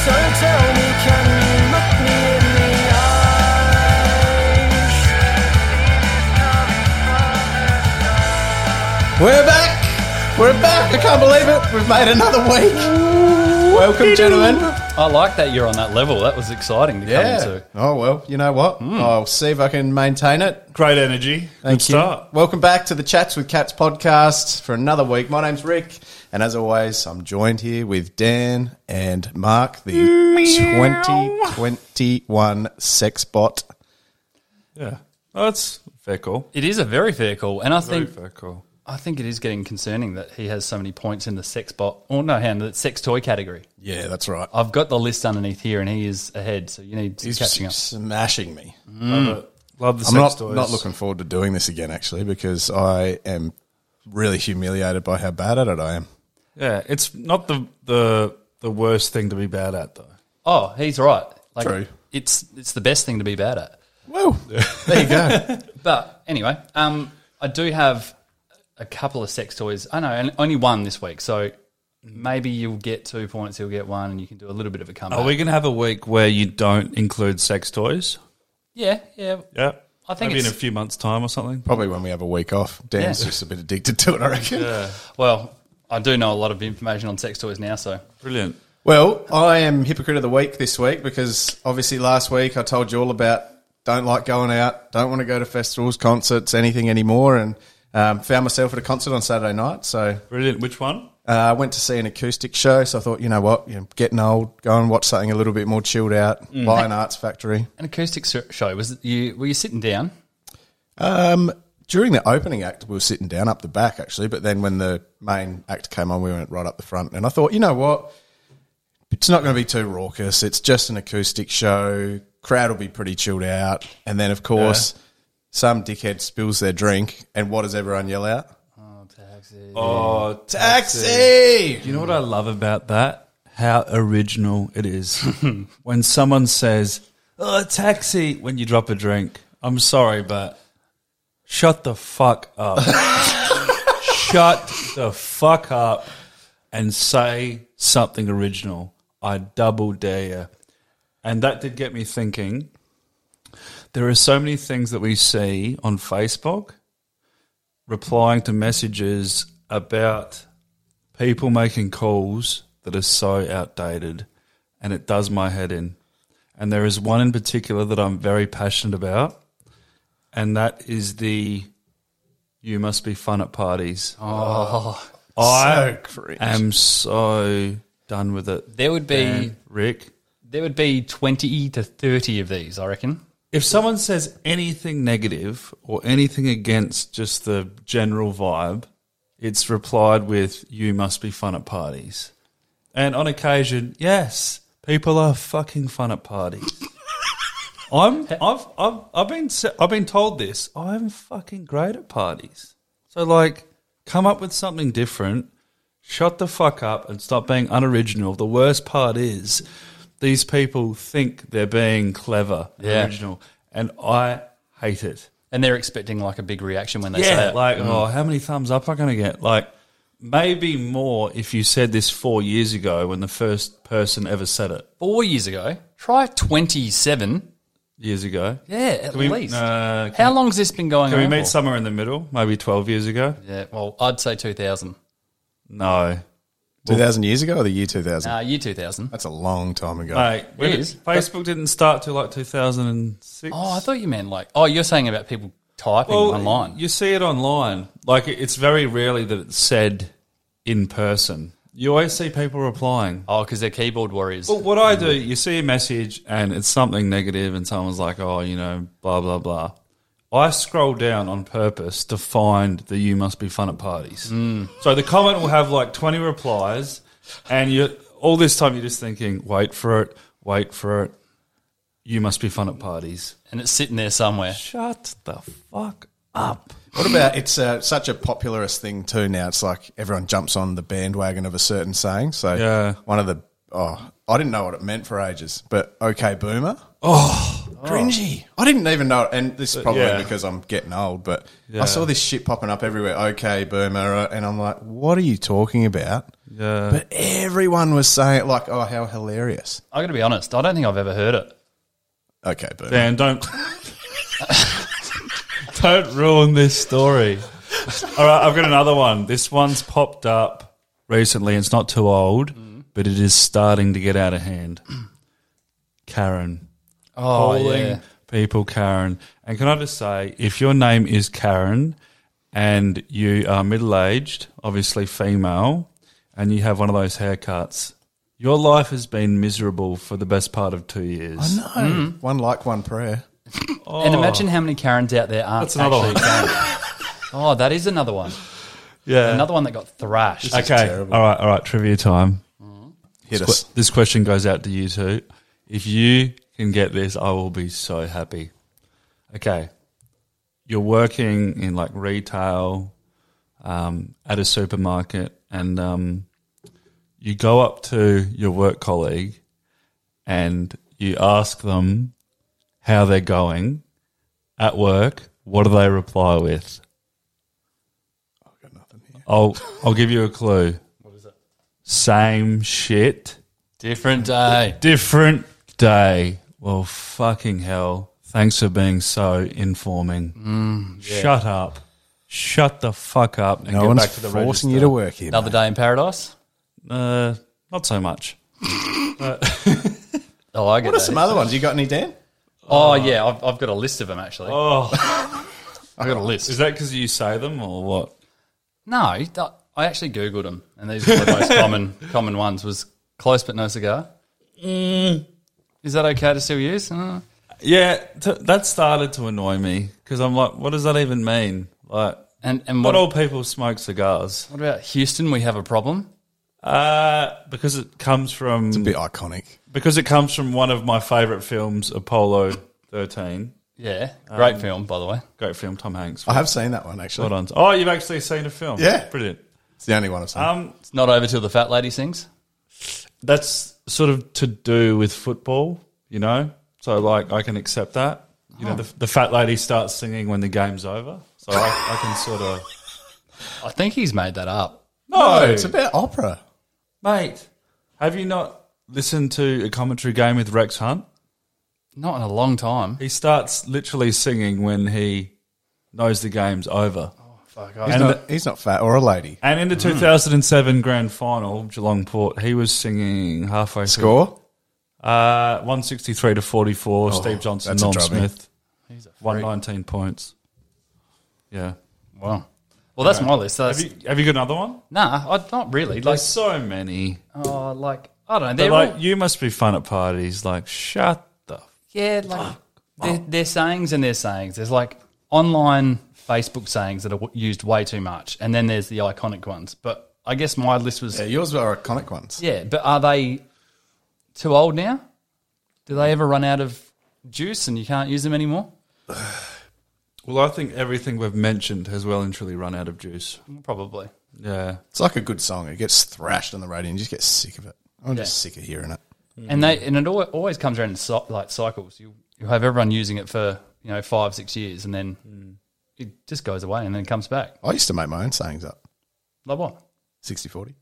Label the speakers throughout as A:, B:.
A: So tell me, can you look me in the eyes?
B: We're back! We're back! I can't believe it! We've made another week! Welcome, gentlemen.
C: I like that you're on that level. That was exciting to come
B: Yeah.
C: to.
B: Oh, well, you know what? I'll see if I can maintain it.
D: Great energy.
B: Thank
D: Good
B: you.
D: start.
B: Welcome back to the Chats with Cats podcast for another week. My name's Rick, and as always, I'm joined here with Dan and Mark, the 2021 Sexbot.
D: Yeah. That's Oh, fair call.
C: It is a very fair call, and I
D: Very
C: think
D: fair call.
C: I think it is getting concerning that he has so many points in the sex bot or no, hand the sex toy category.
B: Yeah, that's right.
C: I've got the list underneath here, and he is ahead. So you need
B: He's
C: catching up.
B: smashing me.
D: Love it. Love the
B: I'm
D: sex
B: not,
D: toys.
B: not looking forward to doing this again, actually, because I am really humiliated by how bad at it I am.
D: Yeah, it's not the the the worst thing to be bad at though.
C: Oh, he's right. Like,
B: True.
C: It's it's the best thing to be bad at.
B: Well, there you go.
C: But anyway, um, I do have a couple of sex toys. I know, and only one this week. So maybe you'll get two points. He'll get one, and you can do a little bit of a comeback.
D: Are we gonna have a week where you don't include sex toys?
C: yeah, yeah.
D: Yeah.
C: I think
D: Maybe in a
C: it's-
D: few months' time or something.
B: Probably when we have a week off. Dan's
C: Yeah.
B: just a bit addicted to it, I reckon.
C: Well, I do know a lot of information on sex toys now, so
D: Brilliant.
B: Well, I am hypocrite of the week this week because obviously last week I told you all about don't like going out, don't want to go to festivals, concerts, anything anymore, and um, found myself at a concert on Saturday night. So
D: Brilliant. Which one?
B: uh, I went to see an acoustic show. So I thought, you know what, you know, getting old, go and watch something a little bit more chilled out.
D: Mm.
B: Buy an arts factory.
C: an acoustic s- show was it you? Were you sitting down?
B: Um, during the opening act, we were sitting down up the back actually, but then when the main act came on, we went right up the front. And I thought, you know what? It's not going to be too raucous. It's just an acoustic show. Crowd will be pretty chilled out. And then, of course, some dickhead spills their drink, and what does everyone yell out?
D: Oh
B: Taxi!
D: You know what I love about that? How original it is. when someone says, oh, taxi, when you drop a drink. I'm sorry, but shut the fuck up. shut the fuck up and say something original. I double dare you. And that did get me thinking. There are so many things that we see on Facebook replying to messages about people making calls that are so outdated and it does my head in. And there is one in particular that I'm very passionate about, and that is the you must be fun at parties. Oh, I am so done with it.
C: There would be
D: Dan, Rick.
C: there would be twenty to thirty of these, I reckon.
D: If someone says anything negative or anything against just the general vibe, it's replied with, You must be fun at parties. And on occasion, yes, people are fucking fun at parties. I'm, I've, I've, I've, been, se- I've been told this. I'm fucking great at parties. So, like, come up with something different shut the fuck up and stop being unoriginal. The worst part is these people think they're being clever, and
C: Yeah.
D: original, and I hate it.
C: And they're expecting like a big reaction when they say it.
D: like oh, how many thumbs up am I going to get? Like maybe more if you said this four years ago when the first person ever said it
C: Four years ago, try twenty-seven.
D: years ago.
C: Yeah, at
D: we-
C: least. Oh.
D: uh,
C: How long's this been going
D: Can
C: on?
D: we meet
C: for?
D: somewhere in the middle? Maybe twelve years ago?
C: Yeah, well, I'd say two thousand.
D: No,
B: 2,000 years ago or the year 2000?
C: Uh, year two thousand.
B: That's a long time ago.
D: mate. we-
C: is.
D: Facebook didn't start till like two thousand and six.
C: Oh, I thought you meant like. Oh, you're saying about people typing online.
D: You see it online. Like it- it's very rarely that it's said in person. You always see people replying.
C: oh, because they're keyboard warriors.
D: Well, what I do, you see a message and it's something negative, and someone's like, "Oh, you know, blah blah blah." I scroll down on purpose to find the "you must be fun at parties." So the comment will have like twenty replies, and you all this time you're just thinking, wait for it, wait for it. You must be fun at parties.
C: and it's sitting there somewhere.
D: Shut the fuck up.
B: What about it's uh, such a popularist thing too now? It's like everyone jumps on the bandwagon of a certain saying. So
D: Yeah.
B: one of the oh, I didn't know what it meant for ages, but okay, boomer. Oh, cringy. I didn't even know, it. and this is probably
D: yeah.
B: because I'm getting old. But
D: Yeah.
B: I saw this shit popping up everywhere. Okay, boomer, uh, and I'm like, what are you talking about?
D: Yeah.
B: But everyone was saying it like, oh, how hilarious.
C: I got to be honest. I don't think I've ever heard it.
B: Okay, boomer.
D: Dan, don't don't ruin this story. All right, I've got another one. This one's popped up recently. It's not too old, but it is starting to get out of hand. Karen,
C: Oh
D: calling
C: yeah.
D: people Karen, and can I just say, if your name is Karen and you are middle aged, obviously female, and you have one of those haircuts. Your life has been miserable for the best part of two years.
B: No, one like one prayer.
C: And imagine how many Karens out there aren't
D: Oh. That's another
C: actually
D: one.
C: Karen. oh, that is another one.
D: Yeah.
C: Another one that got thrashed.
D: Okay. All right. All right. Trivia time.
B: Hit
D: This
B: us.
D: que- This question goes out to you two. If you can get this, I will be so happy. Okay. You're working in like retail um, at a supermarket, and um, you go up to your work colleague and you ask them how they're going at work. What do they reply with?
B: Got nothing here.
D: I'll I'll give you a clue. What is it? Same shit,
C: Different day.
D: different day. Well, fucking hell. Thanks for being so informing.
C: Mm,
D: Shut up. Shut the fuck up and
B: No
D: get
B: one's
D: back to the
B: forcing
D: register.
B: you to work here.
C: Another day in paradise.
D: Uh, not so much.
C: Oh, I
B: What
C: get
B: are
C: that.
B: some other ones? You got any, Dan?
C: Oh, yeah, I've, I've got a list of them actually.
D: Oh,
C: I've got a list.
D: is that because you say them or what?
C: No, that- I actually googled them, and these were the most common common ones. Was close but no cigar.
D: Mm.
C: Is that okay to still use? Uh,
D: Yeah, t- that started to annoy me because I'm like, what does that even mean? Like,
C: and and
D: not
C: what,
D: all people smoke cigars.
C: what about Houston? We have a problem.
D: Uh, because it comes from
B: A bit iconic.
D: because it comes from one of my favourite films, Apollo 13.
C: Yeah, great
D: Um,
C: film by the way.
D: Great film, Tom Hanks.
B: I have seen that one actually.
D: Well done. Oh, you've actually seen a film.
B: Yeah.
D: Brilliant.
B: It's the only one I've seen.
D: Um,
C: It's not over till the fat lady sings.
D: that's sort of to do with football, you know? So, like, I can accept that. You
B: Oh.
D: know, the, the fat lady starts singing when the game's over. So I, I can sort of.
C: I think he's made that up.
B: no, Oh, it's about opera.
D: Mate, have you not listened to a commentary game with Rex Hunt?
C: Not in a long time.
D: He starts literally singing when he knows the game's over.
C: Fuck,
B: He's,
C: I,
D: And
B: not, he's not fat or a lady.
D: And in the 2007 grand final, Geelong Port, he was singing halfway through.
B: Score?
D: Uh, 163 to 44, Steve Johnson,
B: that's a
D: Norm
B: drubbing.
D: Smith. 119 points. Yeah.
C: wow. Well, that's my list.
D: Have
C: That's,
D: you, have you got another one?
C: nah, I, not really. Like,
D: There's so many.
C: oh, like I don't know.
D: But
C: They're all-
D: like, you must be fun at parties. Like, shut the.
C: Yeah, like their, their sayings and their sayings. There's like online Facebook sayings that are w- used way too much, and then there's the iconic ones. But I guess my list was
B: Yeah,
C: yeah.
B: yours are iconic ones.
C: but are they too old now? Do they ever run out of juice and you can't use them anymore?
D: Well, I think everything we've mentioned has well and truly run out of juice.
C: Probably.
D: Yeah.
B: It's like a good song. It gets thrashed on the radio and you just get sick of it. I'm just sick of hearing it.
C: And they and it al- always comes around in cy- like cycles. You you have everyone using it for you know five six years, and then it just goes away, and then it comes back.
B: I used to make my own sayings up
C: Like what?
B: 60 40.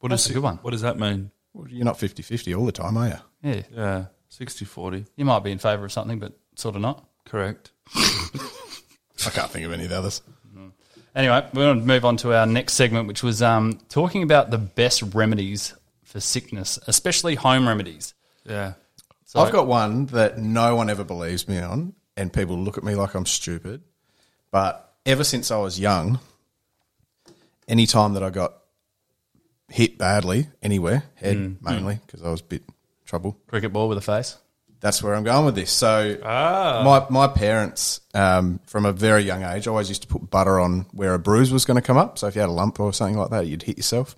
D: What
C: That's
D: is-
C: a good one.
D: What does that mean?
B: Well, you're not 50 50 all the time, are you?
C: Yeah,
D: Yeah. 60 40.
C: you might be in favour of something, but sort of not.
D: Correct.
B: I can't think of any of the others.
C: Anyway, we're going to move on to our next segment, which was um, talking about the best remedies for sickness, especially home remedies.
D: Yeah.
B: I've got one that no one ever believes me on, and people look at me like I'm stupid. But ever since I was young, any time that I got hit badly anywhere, head mainly, because I was a bit trouble,
C: Cricket ball with a face.
B: that's where I'm going with this. So my my parents, um, from a very young age, always used to put butter on where a bruise was going to come up. So if you had a lump or something like that, you'd hit yourself.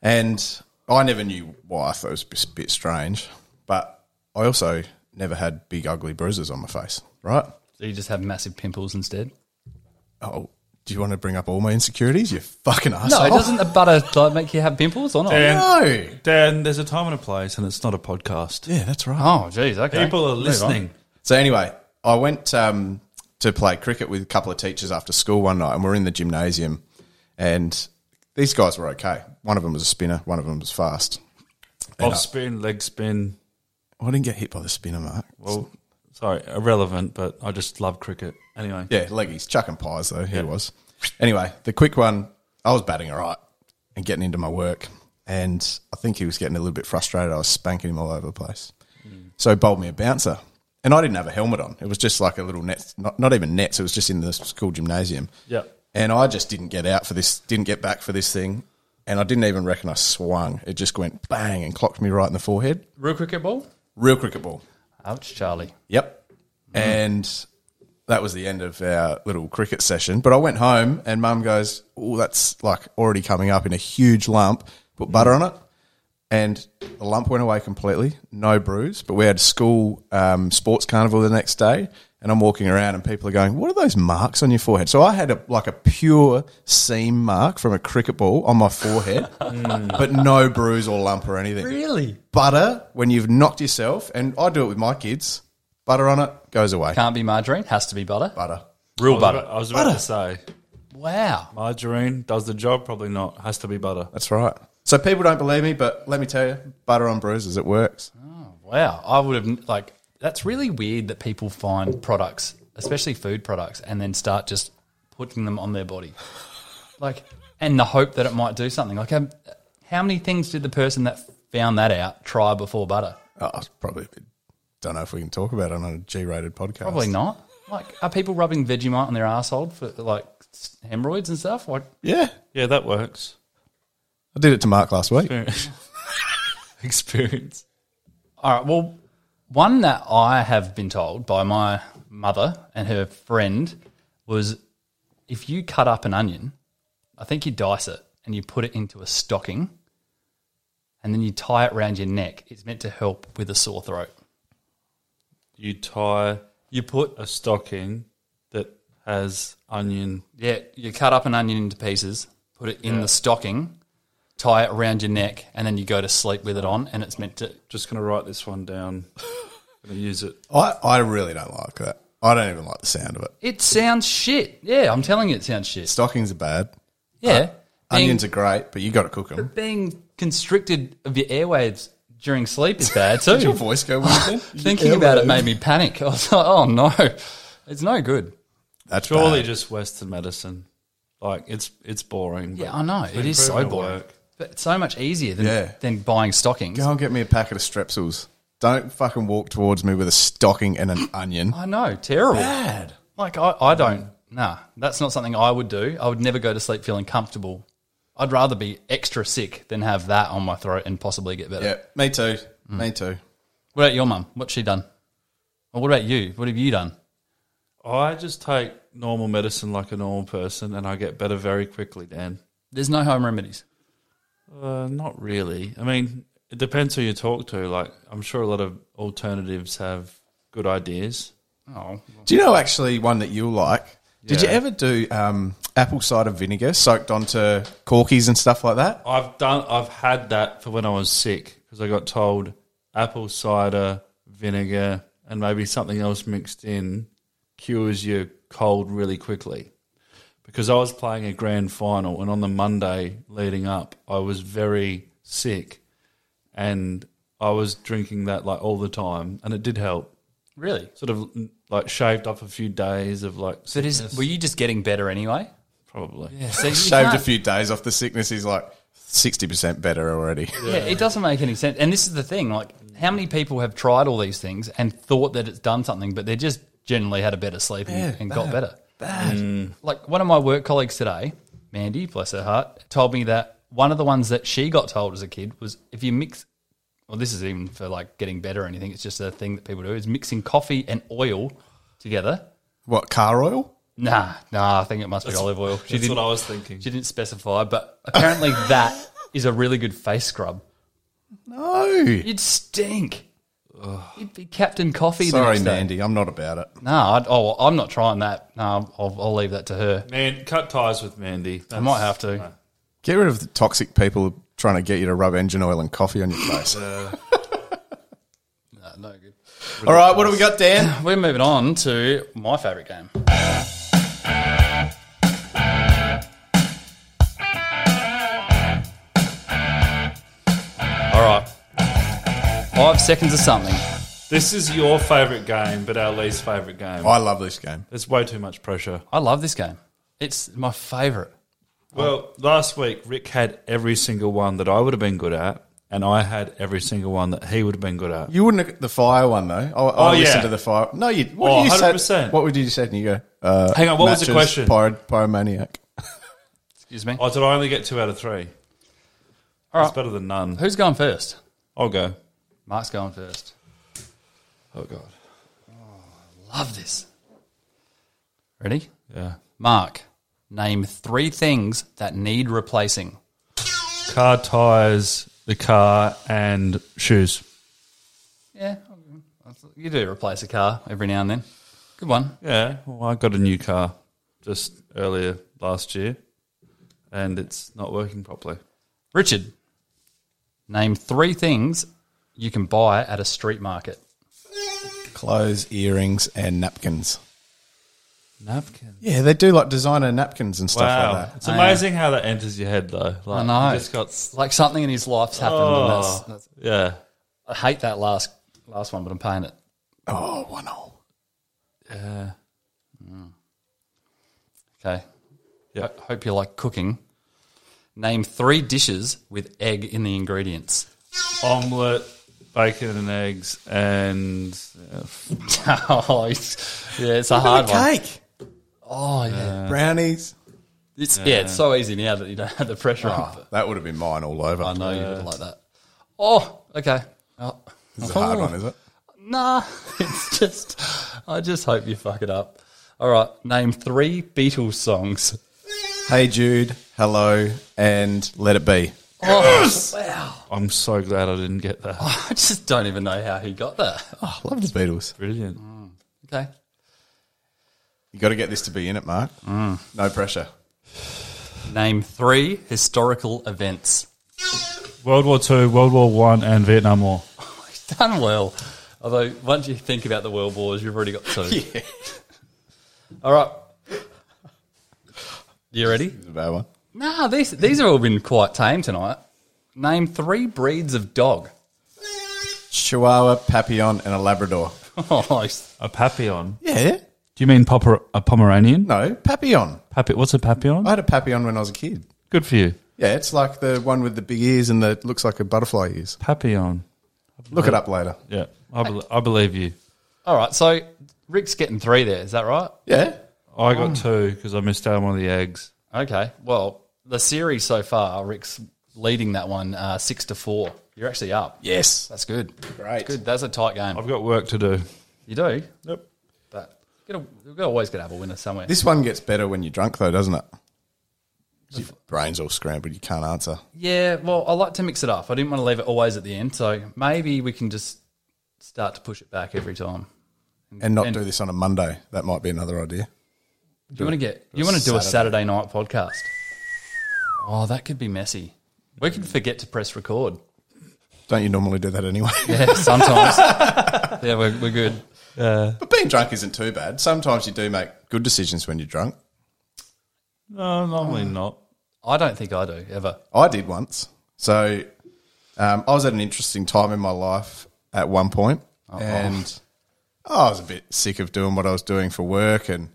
B: And I never knew why. I thought it was a bit- bit strange. But I also never had big, ugly bruises on my face, right?
C: So you just have massive pimples instead.
B: Oh, do you want to bring up all my insecurities? You fucking
C: No,
B: asshole.
C: doesn't the butter like, make you have pimples or not?
B: No.
D: Dan, there's a time and a place, and it's not a podcast.
B: Yeah, that's right.
C: Oh, jeez. Okay.
D: People are
C: Move on.
D: listening.
B: So anyway, I went um, to play cricket with a couple of teachers after school one night, and we're in the gymnasium, and these guys were okay. One of them was a spinner, one of them was fast.
D: Off spin, leg spin.
B: Oh, I didn't get hit by the spinner, Mark. Well,
D: Sorry, irrelevant, but I just love cricket. Anyway,
B: yeah, leggies, chucking pies though. He was. Anyway, the quick one. I was batting all right and getting into my work, and I think he was getting a little bit frustrated. I was spanking him all over the place, so he bowled me a bouncer, and I didn't have a helmet on. It was just like a little net, not, not even nets. It was just in the school gymnasium.
C: Yep.
B: And I just didn't get out for this, didn't get back for this thing. And I didn't even reckon I swung. It just went bang and clocked me right in the forehead.
C: Real cricket ball?
B: Real cricket ball.
C: Ouch, Charlie.
B: Yep. And that was the end of our little cricket session. But I went home and mum goes, Oh, that's like already coming up in a huge lump. Put butter on it. And the lump went away completely. No bruise. But we had school um, sports carnival the next day. And I'm walking around and people are going, What are those marks on your forehead? So I had a, like a pure seam mark from a cricket ball on my forehead, but no bruise or lump or anything
C: Really?
B: butter when you've knocked yourself, and I do it with my kids. Butter on it goes away.
C: Can't be margarine. Has to be butter.
B: Butter.
D: real butter. I was about to say,
C: Wow.
D: margarine does the job. Probably not. Has to be butter.
B: That's right. So people don't believe me, but let me tell you, butter on bruises, it works.
C: Wow. I would have, like, that's really weird that people find products, especially food products, and then start just putting them on their body. Like, and the hope that it might do something. Like, um, how many things did the person that found that out try before butter?
B: Oh, it's probably. Don't know if we can talk about it on a G-rated podcast.
C: Probably not. Like, are people rubbing Vegemite on their asshole for, like, s- hemorrhoids and stuff? Like,
B: Yeah,
D: Yeah, that works.
B: I did it to Mark last week.
D: Experience.
C: All right. Well, one that I have been told by my mother and her friend was if you cut up an onion, I think you dice it and you put it into a stocking and then you tie it around your neck. It's meant to help with a sore throat.
D: You tie. You put a stocking that has onion.
C: Yeah, you cut up an onion into pieces, put it in the stocking, tie it around your neck, and then you go to sleep with it on and it's meant to
D: Just gonna write this one down. gonna use it.
B: I, I really don't like that. I don't even like the sound of it.
C: It sounds shit. Uh, Yeah, I'm telling you it sounds shit.
B: Stockings are bad.
C: Yeah. Being-
B: Onions are great, but you got to cook them.
C: being constricted of your airwaves during sleep is bad
B: Did your
C: too.
B: voice go weird then?
C: Thinking about it made me panic. I was like, oh no, it's no good.
B: That's
D: Surely
B: bad.
D: just Western medicine. Like it's it's boring. but
C: Yeah, I know.
D: it's
C: It is
D: been
C: so
D: proven to
C: boring.
D: work.
C: But it's so much easier than,
B: Yeah.
C: than buying stockings.
B: Go and get me a packet of strepsils. Don't fucking walk towards me with a stocking and an onion.
C: I know, terrible. Bad. Like, I, I don't, nah, that's not something I would do. I would never go to sleep feeling comfortable. I'd rather be extra sick than have that on my throat and possibly get better.
B: Yeah, me too. Me too.
C: What about your mum? What's she done? Or what about you? What have you done?
D: I just take normal medicine like a normal person, and I get better very quickly. Dan,
C: There's no home remedies.
D: uh, not really. I mean, it depends who you talk to. Like, I'm sure a lot of alternatives have good ideas.
C: Oh,
B: Do you know actually one that you'll like? Did you
D: Yeah.
B: ever do um, apple cider vinegar soaked onto corkies and stuff like that?
D: I've done. I've had that for when I was sick because I got told apple cider vinegar and maybe something else mixed in cures your cold really quickly. Because I was playing a grand final, and on the Monday leading up, I was very sick, and I was drinking that like all the time, and it did help.
C: really?
D: Sort of like shaved off a few days of like
C: But is were you just getting better anyway?
D: probably.
C: So you
B: Shaved a
C: can't-
B: few days off the sickness. He's like sixty percent better already.
C: Yeah, it doesn't make any sense. And this is the thing: like, how many people have tried all these things and thought that it's done something, but they just generally had a better sleep and, and got better. Mm. Like one of my work colleagues today, Mandy, bless her heart, told me that one of the ones that she got told as a kid was if you mix. Well, this is even for like getting better or anything. It's just a thing that people do is mixing coffee and oil together.
B: What car oil?
C: Nah, nah, I think it must be olive oil. She
D: That's
C: didn't
D: what I was thinking.
C: She didn't specify, but apparently that is a really good face scrub.
B: No.
C: You'd stink. You'd be Captain Coffee. the
B: Sorry,
C: next day.
B: Mandy. I'm not about it.
C: No, I'd, oh, well, I'm not trying that. No, I'll, I'll leave that to her.
D: Man, cut ties with Mandy.
C: I might have to.
B: Get rid of the toxic people trying to get you to rub engine oil and coffee on your face.
C: No, no good.
B: All right, what do we got, Dan?
C: We're moving on to my favourite game. All right. Five seconds of something.
D: This is your favourite game, but our least favourite game.
B: I love this game.
D: There's way too much pressure.
C: I love this game. It's my favourite.
D: Well, last week Rick had every single one that I would have been good at, and I had every single one that he would have been good at.
B: You wouldn't have, the fire one though. I, I
D: Oh,
B: listened
D: yeah.
B: to the fire. No, you. What
D: Oh,
B: did you
D: 100%.
B: say? What would you say? And you go. Uh,
D: Hang on, what was the
B: matches,
D: question?
B: Pyro, pyromaniac.
C: Excuse me.
D: Oh, did I only get two out of three?
C: All
D: That's
C: right.
D: better than none.
C: Who's going first?
D: I'll go.
C: Mark's going first.
D: Oh God.
C: Love this. Ready?
D: Yeah.
C: Mark, name three things that need replacing.
D: Car tires, the car, and shoes.
C: Yeah, you do replace a car every now and then. Good one.
D: Yeah. Well, I got a new car just earlier last year, and it's not working properly.
C: Richard, name three things you can buy at a street market.
B: Clothes, earrings, and napkins.
D: Napkin.
B: Yeah, they do like designer napkins and stuff
D: Wow,
B: like that.
D: it's amazing how that enters your head though. Like,
C: know.
D: you just got
C: It's like something in his life's happened.
D: Oh.
C: And that's, that's,
D: yeah.
C: I hate that last last one, but I'm paying it.
B: Oh, one all.
D: Yeah.
C: Okay.
D: Yeah.
C: I hope you like cooking. Name three dishes with egg in the ingredients.
D: Omelette, bacon and eggs, and uh, f-
C: oh, it's, yeah, it's a hard one.
B: Cake,
C: Oh, yeah.
B: brownies.
C: It's, yeah. it's so easy now that you don't have the pressure on. But
B: That would have been mine all over.
C: I know you would like that. Oh, okay. Oh.
B: It's a hard one, is it?
C: Nah, it's just. I just hope you fuck it up. All right, name three Beatles songs.
B: Hey Jude, hello, and let it be.
D: I'm so glad I didn't get that.
C: Oh, I just don't even know how he got there.
B: Oh, love the Beatles.
D: Brilliant.
C: Okay.
B: You got to get this to be in it, Mark.
C: Mm.
B: No pressure.
C: Name three historical events.
D: World War Two, World War One, and Vietnam War.
C: He's done well. Although, once you think about the world wars, you've already got two. All right. You ready?
B: It's a bad one.
C: Nah, these, these have all been quite tame tonight. Name three breeds of dog.
B: Chihuahua, Papillon, and a Labrador.
C: Oh, he's-
D: A papillon.
B: Yeah.
D: Do you mean popper, a Pomeranian?
B: No, Papillon.
D: Papi- what's a papillon?
B: I had a Papillon when I was a kid.
D: Good for you.
B: Yeah, it's like the one with the big ears and the looks like a butterfly ears.
D: Papillon.
B: Look it up later.
D: Yeah, I, bel I believe you.
C: all right, so Rick's getting three there. Is that right?
B: Yeah.
D: I
B: Oh.
D: got two because I missed out on one of the eggs.
C: Okay. Well, the series so far, Rick's leading that one uh, six to four. You're actually up.
B: Yes.
C: That's good.
B: Great.
C: Good. That's a tight game.
D: I've got work to do.
C: You do,
D: Yep.
C: but you're gonna, you're gonna always gonna have a winner somewhere.
B: This one gets better when you're drunk, though, doesn't it? 'Cause Your brain's all scrambled. You can't answer.
C: yeah. Well, I like to mix it up. I didn't want to leave it always at the end, so maybe we can just start to push it back every time.
B: And not
C: And-
B: do this on a Monday. That might be another idea.
C: Do you want to get? You want to do a Saturday night podcast? Oh, that could be messy. We could forget to press record.
B: Don't you normally do that anyway?
C: Yeah, sometimes. yeah, we're, we're good.
B: but being drunk isn't too bad. Sometimes you do make good decisions when you're drunk.
D: No, normally
B: Oh.
D: not.
C: I don't think I do ever.
B: I did once. So um, I was at an interesting time in my life at one point, and I was a bit sick of doing what I was doing for work, and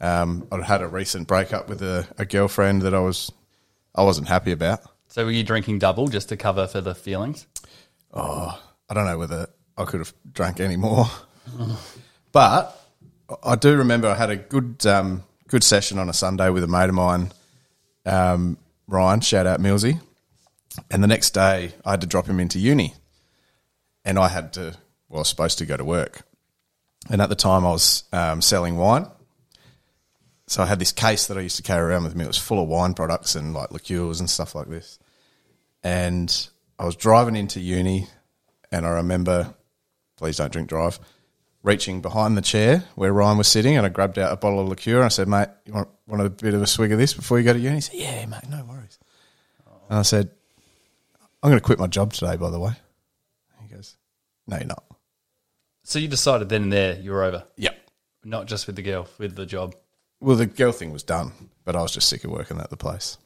B: um, I'd had a recent breakup with a, a girlfriend that I was I wasn't happy about.
C: So were you drinking double just to cover for the feelings?
B: I don't know whether I could have drank any more, but I- I do remember I had a good um, good session on a Sunday with a mate of mine, um, Ryan. Shout out Millsy. And the next day, I had to drop him into uni, and I had to well, I was supposed to go to work, and at the time I was um, selling wine. So I had this case that I used to carry around with me. It was full of wine products and like liqueurs and stuff like this. and I was driving into uni, and I remember, please don't drink drive, reaching behind the chair where Ryan was sitting, and I grabbed out a bottle of liqueur, and I said, mate, you want, want a bit of a swig of this before you go to uni? He said, yeah, mate, no worries. And I said, I'm going to quit my job today, by the way. He goes, no, you're not.
C: So you decided then and there you were over,
B: Yep.
C: not just with the girl, with the job.
B: Well, the girl thing was done, but I was just sick of working at the place.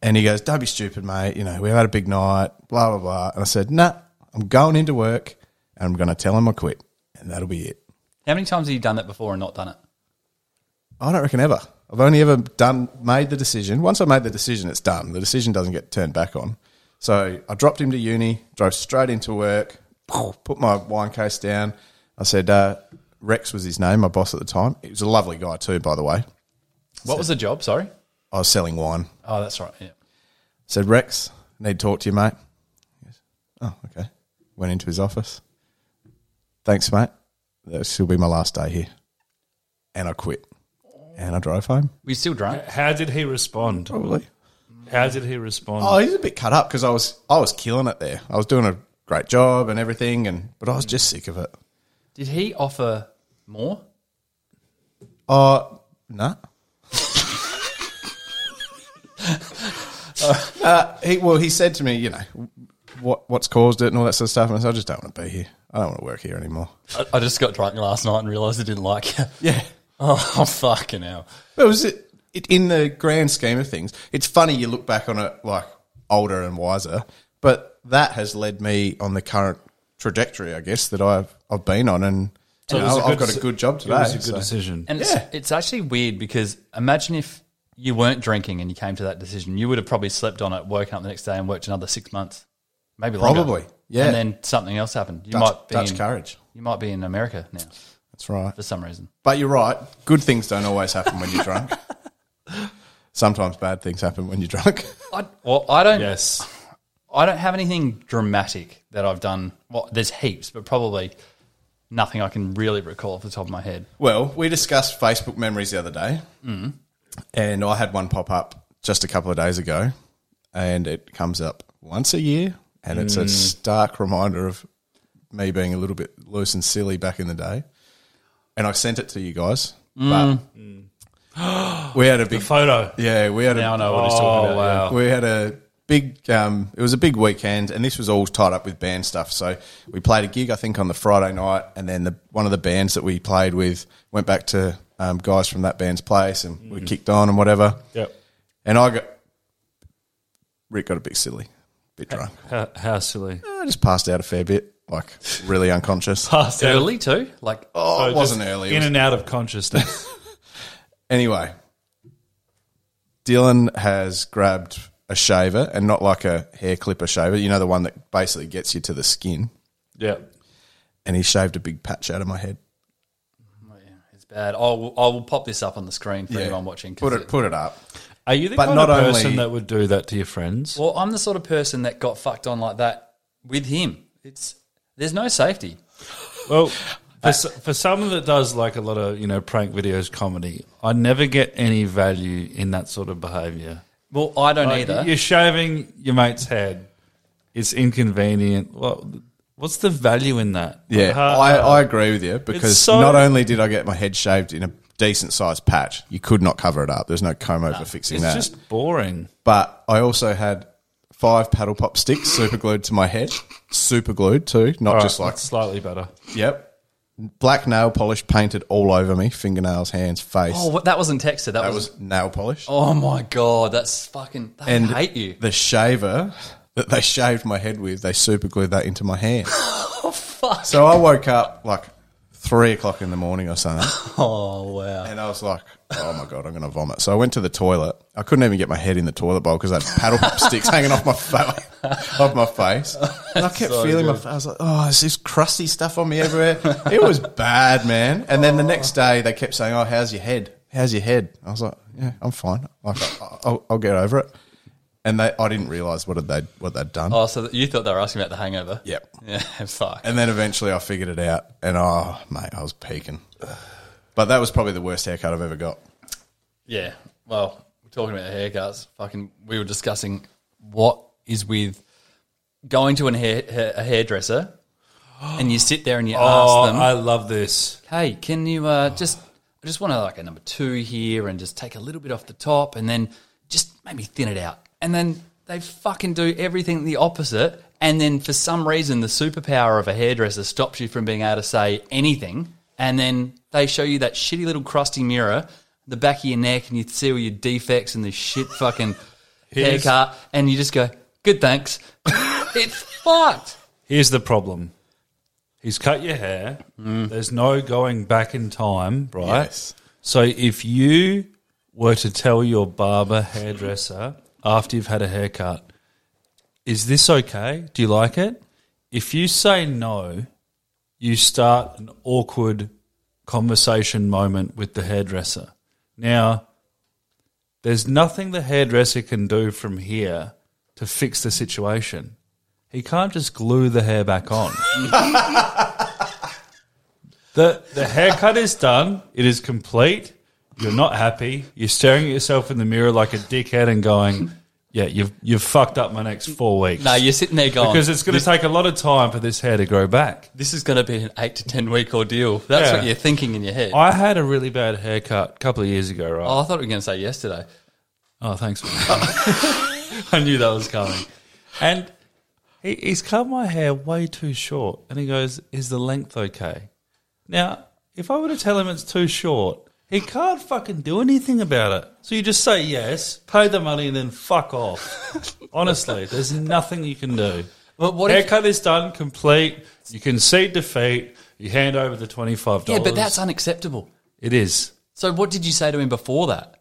B: And he goes, Don't be stupid, mate. You know, we had a big night, blah, blah, blah. And I said, Nah, I'm going into work and I'm going to tell him I quit. And that'll be it.
C: How many times have you done that before and not done it?
B: I don't reckon ever. I've only ever done made the decision. Once I made the decision, it's done. The decision doesn't get turned back on. So I dropped him to uni, drove straight into work, put my wine case down. I said, uh, Rex was his name, my boss at the time. He was a lovely guy too, by the way.
C: What was the job? Sorry.
B: I was selling wine.
C: Oh, that's right. Yeah.
B: Said, Rex, I need to talk to you, mate. He goes, oh, okay. Went into his office. Thanks, mate. This will be my last day here. And I quit. And I drove home.
C: We still drunk.
D: How did he respond?
B: Probably.
D: How did he respond?
B: Oh, he's a bit cut up because I was I was killing it there. I was doing a great job and everything, and but I was just sick of it.
C: Did he offer more?
B: Uh, nah. uh, he, well, he said to me, you know, what what's caused it and all that sort of stuff. And I said, I just don't want to be here. I don't want to work here anymore.
C: I, I just got drunk last night and realised I didn't like you. Yeah. Oh, fucking hell.
B: But was it, it in the grand scheme of things? It's funny you look back on it like older and wiser, but that has led me on the current trajectory, I guess, that I've I've been on, and you know, I've got a good job today.
D: It was a good
B: so-
D: decision.
C: And it's, it's actually weird because imagine if you weren't drinking and you came to that decision, you would have probably slept on it, woken up the next day and worked another six months, maybe longer.
B: Probably, yeah.
C: And then something else happened. You
B: Dutch,
C: might be
B: Dutch
C: in,
B: courage.
C: You might be in America now
B: That's right.
C: for some reason.
B: But you're right. Good things don't always happen when you're drunk. Sometimes bad things happen when you're drunk.
C: I, well, I don't.
D: Yes.
C: I don't have anything dramatic that I've done. Well, there's heaps, but probably nothing I can really recall off the top of my head.
B: Well, we discussed Facebook memories the other day, and I had one pop up just a couple of days ago, and it comes up once a year, and it's a stark reminder of me being a little bit loose and silly back in the day. And I sent it to you guys, but we had a big
D: Photo.
B: yeah, we had a, Oh,
C: Now I know what he's talking about. yeah.
B: we had a big. Um, it was a big weekend, and this was all tied up with band stuff. So we played a gig, I think, on the Friday night, and then the one of the bands that we played with went back to um, guys from that band's place, and we
C: Mm.
B: kicked on and whatever.
D: Yep.
B: And I got Rick got a bit silly, bit drunk.
D: How, how silly.
B: I just passed out a fair bit, like really unconscious. oh,
D: Passed out.
C: Early too, like oh,
B: it wasn't
D: Just
B: early. It
D: In
B: was-
D: and out of consciousness.
B: Anyway, Dylan has grabbed a shaver and not like a hair clipper shaver, you know, the one that basically gets you to the skin.
D: yep.
B: And he shaved a big patch out of my head.
C: it's bad. I will, I will pop this up on the screen for everyone watching. 'cause
B: Put it, put it up.
D: Are you the
B: But
D: kind
B: not
D: of person
B: only-
D: that would do that to your friends?
C: Well, I'm the sort of person that got fucked on like that with him. It's there's no safety.
D: Well, for, s- for someone that does like a lot of you know prank videos, comedy, I never get any value in that sort of behaviour.
C: Well, I don't
D: Like,
C: either.
D: You're shaving your mate's head. It's inconvenient. Well, what's the value in that?
B: Yeah,
D: How-
B: I, I agree with you because
D: so-
B: not only did I get my head shaved in a decent sized patch, you could not cover it up. There's no comb over fixing
D: it's
B: that.
D: just boring.
B: but I also had five paddle pop sticks super glued to my head, super glued too, not
D: All
B: just
D: right,
B: like
D: that's slightly better.
B: Yep. Black nail polish painted all over me, fingernails, hands, face.
C: oh, what- that wasn't texted. That,
B: that
C: was,
B: was nail polish.
C: Oh my god, that's fucking. They
B: and
C: hate you.
B: The shaver that they shaved my head with, they super glued that into my hand.
C: Oh, Fuck.
B: so I woke up like three o'clock in the morning or something,
C: Oh wow.
B: and I was like, "Oh my god, I'm going to vomit." So I went to the toilet. I couldn't even get my head in the toilet bowl because I had paddle pop sticks hanging off my fa- off my face. And I kept feeling my. fa- I was like, "Oh, there's this crusty stuff on me everywhere." it was bad, man. And then the next day, they kept saying, "Oh, how's your head? How's your head?" I was like, "Yeah, I'm fine. Like, I- I'll, I'll get over it." And they, I didn't realize what had they what they'd done.
C: Oh, so that- you thought they were asking about the hangover?
B: Yep.
C: Yeah. Fuck.
B: And then eventually I figured it out, and oh, mate, I was peaking. But that was probably the worst haircut I've ever got.
C: Yeah. Well, we're talking about haircuts. Fucking, we were discussing what is with going to an hair, hair, a hairdresser and you sit there and you
D: Oh,
C: ask them,
D: I love this.
C: hey, can you uh, just, I just want to like a number two here and just take a little bit off the top and then just maybe thin it out. And then they fucking do everything the opposite. And then for some reason, the superpower of a hairdresser stops you from being able to say anything. And then they show you that shitty little crusty mirror, the back of your neck, and you see all your defects and the shit fucking
D: Here's-
C: haircut. And you just go, good, thanks. it's fucked.
D: Here's the problem. He's cut your hair. There's no going back in time, right?
B: Yes.
D: So if you were to tell your barber hairdresser after you've had a haircut, is this okay? Do you like it? If you say no, you start an awkward conversation moment with the hairdresser. Now, there's nothing the hairdresser can do from here to fix the situation. He can't just glue the hair back on. the the haircut is done. It is complete. You're not happy. You're staring at yourself in the mirror like a dickhead and going, "Yeah, you've you've fucked up my next four weeks."
C: No, you're sitting there going,
D: because it's going to take a lot of time for this hair to grow back.
C: this is going to be an eight to 10 week ordeal. That's
D: Yeah.
C: what you're thinking in your head.
D: I had a really bad haircut a couple of years ago, right?
C: Oh, I thought we were going to say yesterday.
D: Oh, thanks. man. I knew that was coming. And he, he's cut my hair way too short. And he goes, Is the length okay? Now, if I were to tell him it's too short, he can't fucking do anything about it. So you just say yes, pay the money, and then fuck off. Honestly, there's nothing you can do.
C: But what if-
D: Haircut is done, complete. You concede defeat. You hand over the $25.
C: Yeah, but that's unacceptable.
D: It is.
C: So, what did you say to him before that?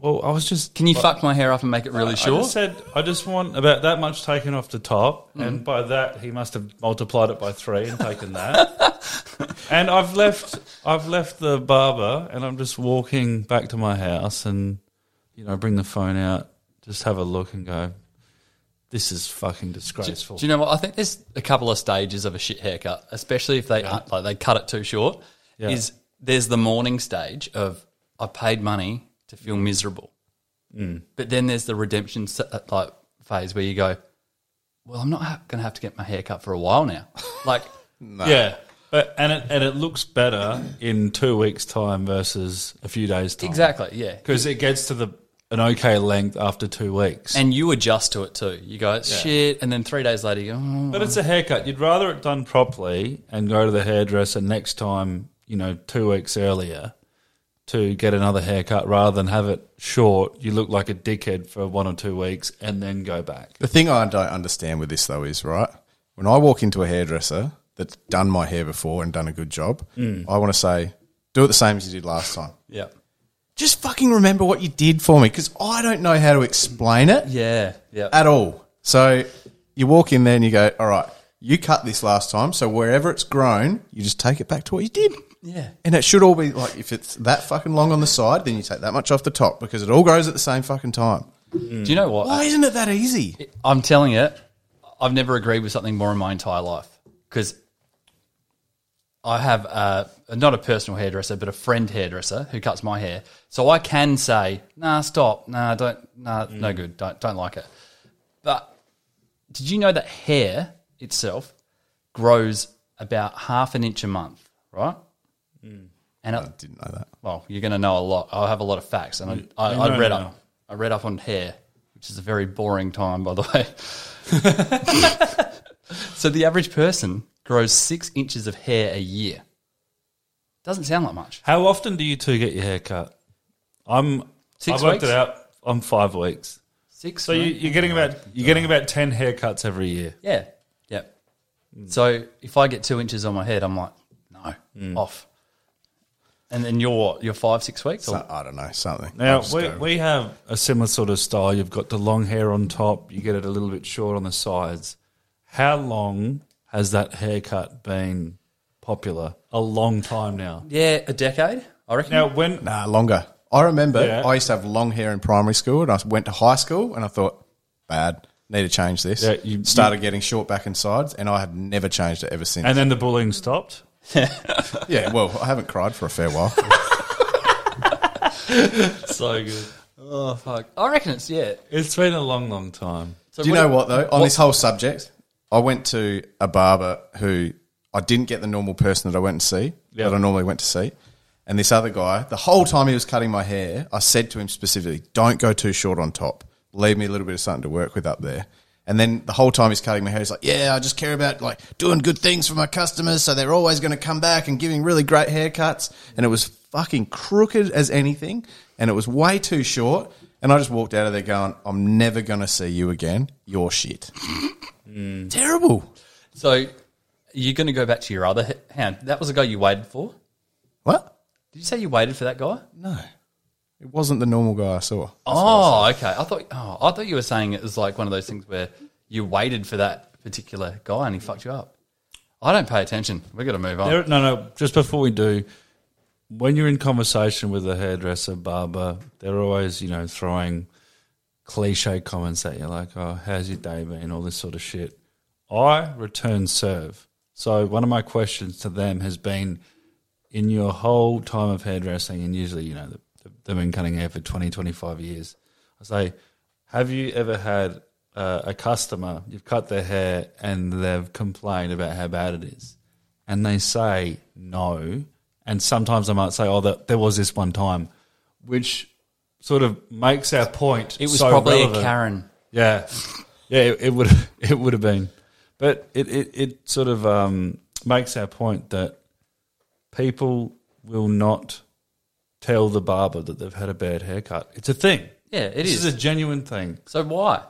D: Well, I was just.
C: Can you fuck my hair up and make it really
D: I
C: short?
D: just said I just want about that much taken off the top,
C: Mm.
D: and by that he must have multiplied it by three and taken that. and I've left I've left the barber, and I'm just walking back to my house, and you know, bring the phone out, just have a look, and go. This is fucking disgraceful.
C: Do you know what? I think there's a couple of stages of a shit haircut, especially if they like they cut it too short.
D: Yeah.
C: Is there's the morning stage of I paid money to feel miserable,
D: Hmm.
C: but then there's the redemption s- uh, like phase where you go, well, I'm not ha- going to have to get my hair cut for a while now. Like,
D: Oh. Yeah, but and it and it looks better in two weeks' time versus a few days' time.
C: exactly, yeah.
D: because it gets to the an okay length after two weeks.
C: And you adjust to it too. You go shit, and then three days later you go. "Oh,
D: But it's a haircut. You'd rather it done properly and go to the hairdresser next time, you know, two weeks earlier to get another haircut rather than have it short. You look like a dickhead for one or two weeks and then go back.
B: The thing I don't understand with this though is right when I walk into a hairdresser that's done my hair before and done a good job, I want to say, do it the same as you did last time.
C: Yeah.
B: Just fucking remember what you did for me because I don't know how to explain it
C: Yeah. Yeah.
B: at all. So you walk in there and you go, all right, you cut this last time, so wherever it's grown, you just take it back to what you did.
C: yeah.
B: And it should all be like if it's that fucking long on the side, then you take that much off the top because it all grows at the same fucking time.
C: Do you know Mm. what?
B: Why isn't it that easy?
C: I'm telling you, I've never agreed with something more in my entire life because I have a, not a personal hairdresser, but a friend hairdresser who cuts my hair. So I can say, nah, stop, nah, don't, nah, no good, don't, don't like it. But did you know that hair itself grows about half an inch a month, right? And it,
B: Didn't know that.
C: well, you're going to know a lot. I have a lot of facts, and I, I,
D: you
C: I
D: know
C: read
D: now.
C: up. I read up on hair, which is a very boring time, by the way. so the average person grows six inches of hair a year. Doesn't sound like much.
D: How often do you two get your haircut? I'm
C: Six
D: I've worked
C: weeks?
D: it out. I'm five weeks.
C: Six.
D: So you,
C: right?
D: you're getting about you're getting about ten haircuts every year.
C: yeah, yeah.
D: Hmm.
C: So if I get two inches on my head, I'm like, no,
D: Hmm.
C: off. And then you're what? You're five, six weeks.
B: So-
C: Or?
B: I don't know something. I'll
D: Now
B: just
D: we,
B: go-
D: we have a similar sort of style. You've got the long hair on top. You get it a little bit short on the sides. How long has that haircut been popular? A long time now.
C: Yeah, a decade, I reckon.
D: Now when
B: Nah, longer. I remember
D: Yeah.
B: I used to have long hair in primary school, and I went to high school, and I thought, bad, need to change this.
D: Yeah, you-
B: Started getting short back and sides, and I have never changed it ever since.
D: and uh, then the bullying stopped.
B: yeah, well, I haven't cried for a fair while.
D: So good.
C: oh fuck! I reckon it's yeah.
D: It's been a long, long time.
C: So
B: Do you know what though? On
C: what-
B: this whole subject, I went to a barber who I didn't get the normal person that I went and see that I normally went to see, and this other guy. The whole time he was cutting my hair, I said to him specifically, "Don't go too short on top. Leave me a little bit of something to work with up there." And then the whole time he's cutting my hair, he's like, "Yeah, I just care about like doing good things for my customers, so they're always going to come back and giving really great haircuts." And it was fucking crooked as anything, and it was way too short. And I just walked out of there going, "I'm never going to see you again. You're shit. Terrible.
C: So you're going to go back to your other h- hand. That was the guy you waited for.
B: What?
C: Did you say you waited for that guy?
B: No, it wasn't the normal guy I saw.
C: Oh, okay. I thought. Oh, I thought you were saying it was like one of those things where you waited for that particular guy and he fucked you up. I don't pay attention. We're going to move on.
D: There- no, no. Just before we do, when you're in conversation with a hairdresser, barber, they're always you know throwing cliche comments at you, like "Oh, how's your day been?" all this sort of shit. I return serve. So one of my questions to them has been, in your whole time of hairdressing, and usually you know they've been cutting hair for 20, 25 years. I say, have you ever had uh, a customer you've cut their hair and they've complained about how bad it is? and they say no. And sometimes I might say, oh, that, there was this one time, which sort of makes our point.
C: It was
D: so
C: probably a
D: relevant.
C: Karen.
D: Yeah, yeah, it, it would it would have been, but it it, it sort of um, makes our point that people will not tell the barber that they've had a bad haircut. It's a thing.
C: Yeah, it
D: this
C: is.
D: is a genuine thing.
C: So why?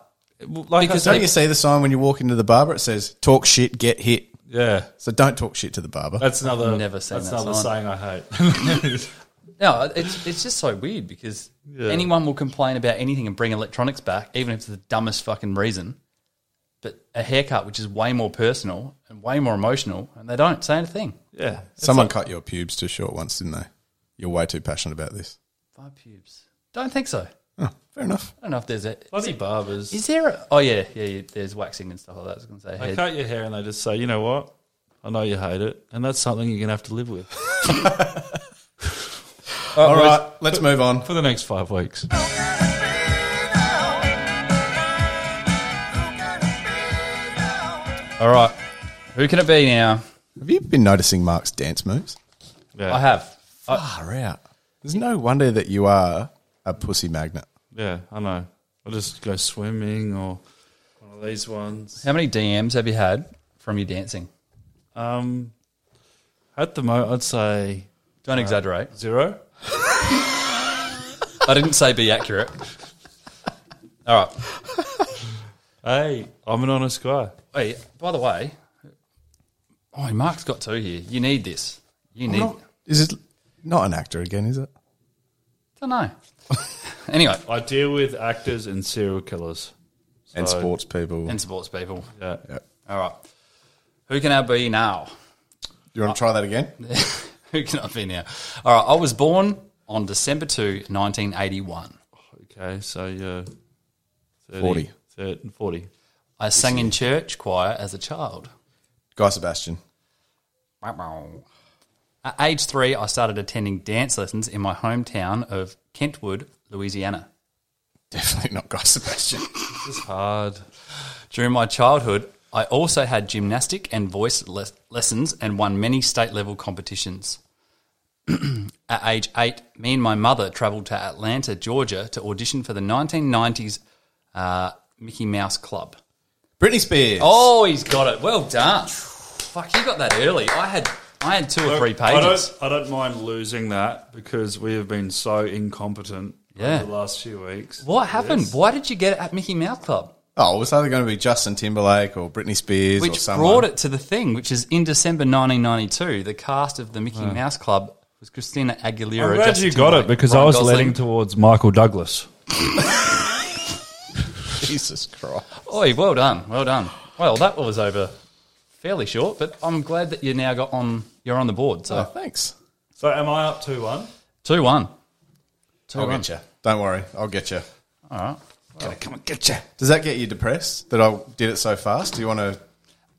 D: Like
C: Because
B: Don't
D: I said,
B: you see the sign when you walk into the barber? It says "Talk shit, get hit."
D: yeah,
B: So don't talk shit to the barber.
D: that's another
C: never seen
D: that's
C: that
D: another
C: sign.
D: saying I hate.
C: No, it's it's just so weird because anyone will complain about anything and bring electronics back, even if it's the dumbest fucking reason. But a haircut, which is way more personal and way more emotional, and they don't say anything.
D: yeah,
B: Someone cut your pubes too short once, didn't they? You're way too passionate about this.
C: Five pubes. Don't think so. I
B: Oh, fair enough.
C: don't know if there's a.
D: bloody barbers.
C: Is there a. Oh, yeah, yeah, yeah, there's waxing and stuff like that. I was going to say.
D: They
C: hair-
D: cut your hair and they just say, you know what? I know you hate it, and that's something you're gonna have to live with
B: All right, let's move on.
D: for the next five weeks.
C: All right. Who can it be now?
B: Have you been noticing Mark's dance moves?
D: Yeah,
C: I have.
B: Far out. There's no wonder that you are a pussy magnet.
D: Yeah, I know. I'll just go swimming or one of these ones.
C: How many DMs have you had from your dancing?
D: Um, at the moment, I'd say
C: Don't exaggerate.
D: zero.
C: I didn't say be accurate. All right.
D: Hey, I'm an honest guy.
C: Hey, by the way, oh, Mark's got two here. You need this. You need.
B: Is it not an actor again? Is it?
C: don't know. anyway,
D: I deal with actors and serial killers.
B: And
D: So-
B: sports people.
C: and sports people.
D: Yeah.
C: All right. Who can I be now?
B: you want to try that again?
C: Who can I be now? All right. I was born on December 2, 1981.
D: Okay, so yeah, 30,
B: 40.
D: 30, 40.
C: I sang in church choir as a child.
B: Guy Sebastian.
C: At age three, I started attending dance lessons in my hometown of Kentwood, Louisiana.
B: Definitely not Guy Sebastian.
D: It's hard.
C: During my childhood, I also had gymnastic and voice les- lessons and won many state level competitions. At age eight, me and my mother travelled to Atlanta, Georgia to audition for the 1990s uh, Mickey Mouse Club.
B: Britney Spears.
C: Oh, he's got it. Well done. Fuck, you got that early. I had I had two or three
D: I
C: pages.
D: don't, I don't mind losing that because we have been so incompetent
C: Yeah.
D: over the last few weeks.
C: What happened? Why did you get it at Mickey Mouse Club?
B: Oh, it was either going to be Justin Timberlake or Britney Spears or
C: Which
B: someone.
C: brought it to the thing, which is in December 1992, the cast of the Mickey Mouse Club was Christina Aguilera.
D: I'm glad
C: Justin
D: you got
C: Timberlake,
D: it because
C: Ryan
D: I was
C: Gosling.
D: leaning towards Michael Douglas.
B: Jesus Christ.
C: Oi, well done, well done. Well, that was over fairly short, but I'm glad that you now got on. You're on the board.
B: Oh,
C: So
B: thanks.
D: So am I up two one?
C: two one.
B: I'll get you. Don't worry. I'll get you.
C: All right.
D: Come on, get you.
B: Does that get you depressed that I did it so fast? Do you want to?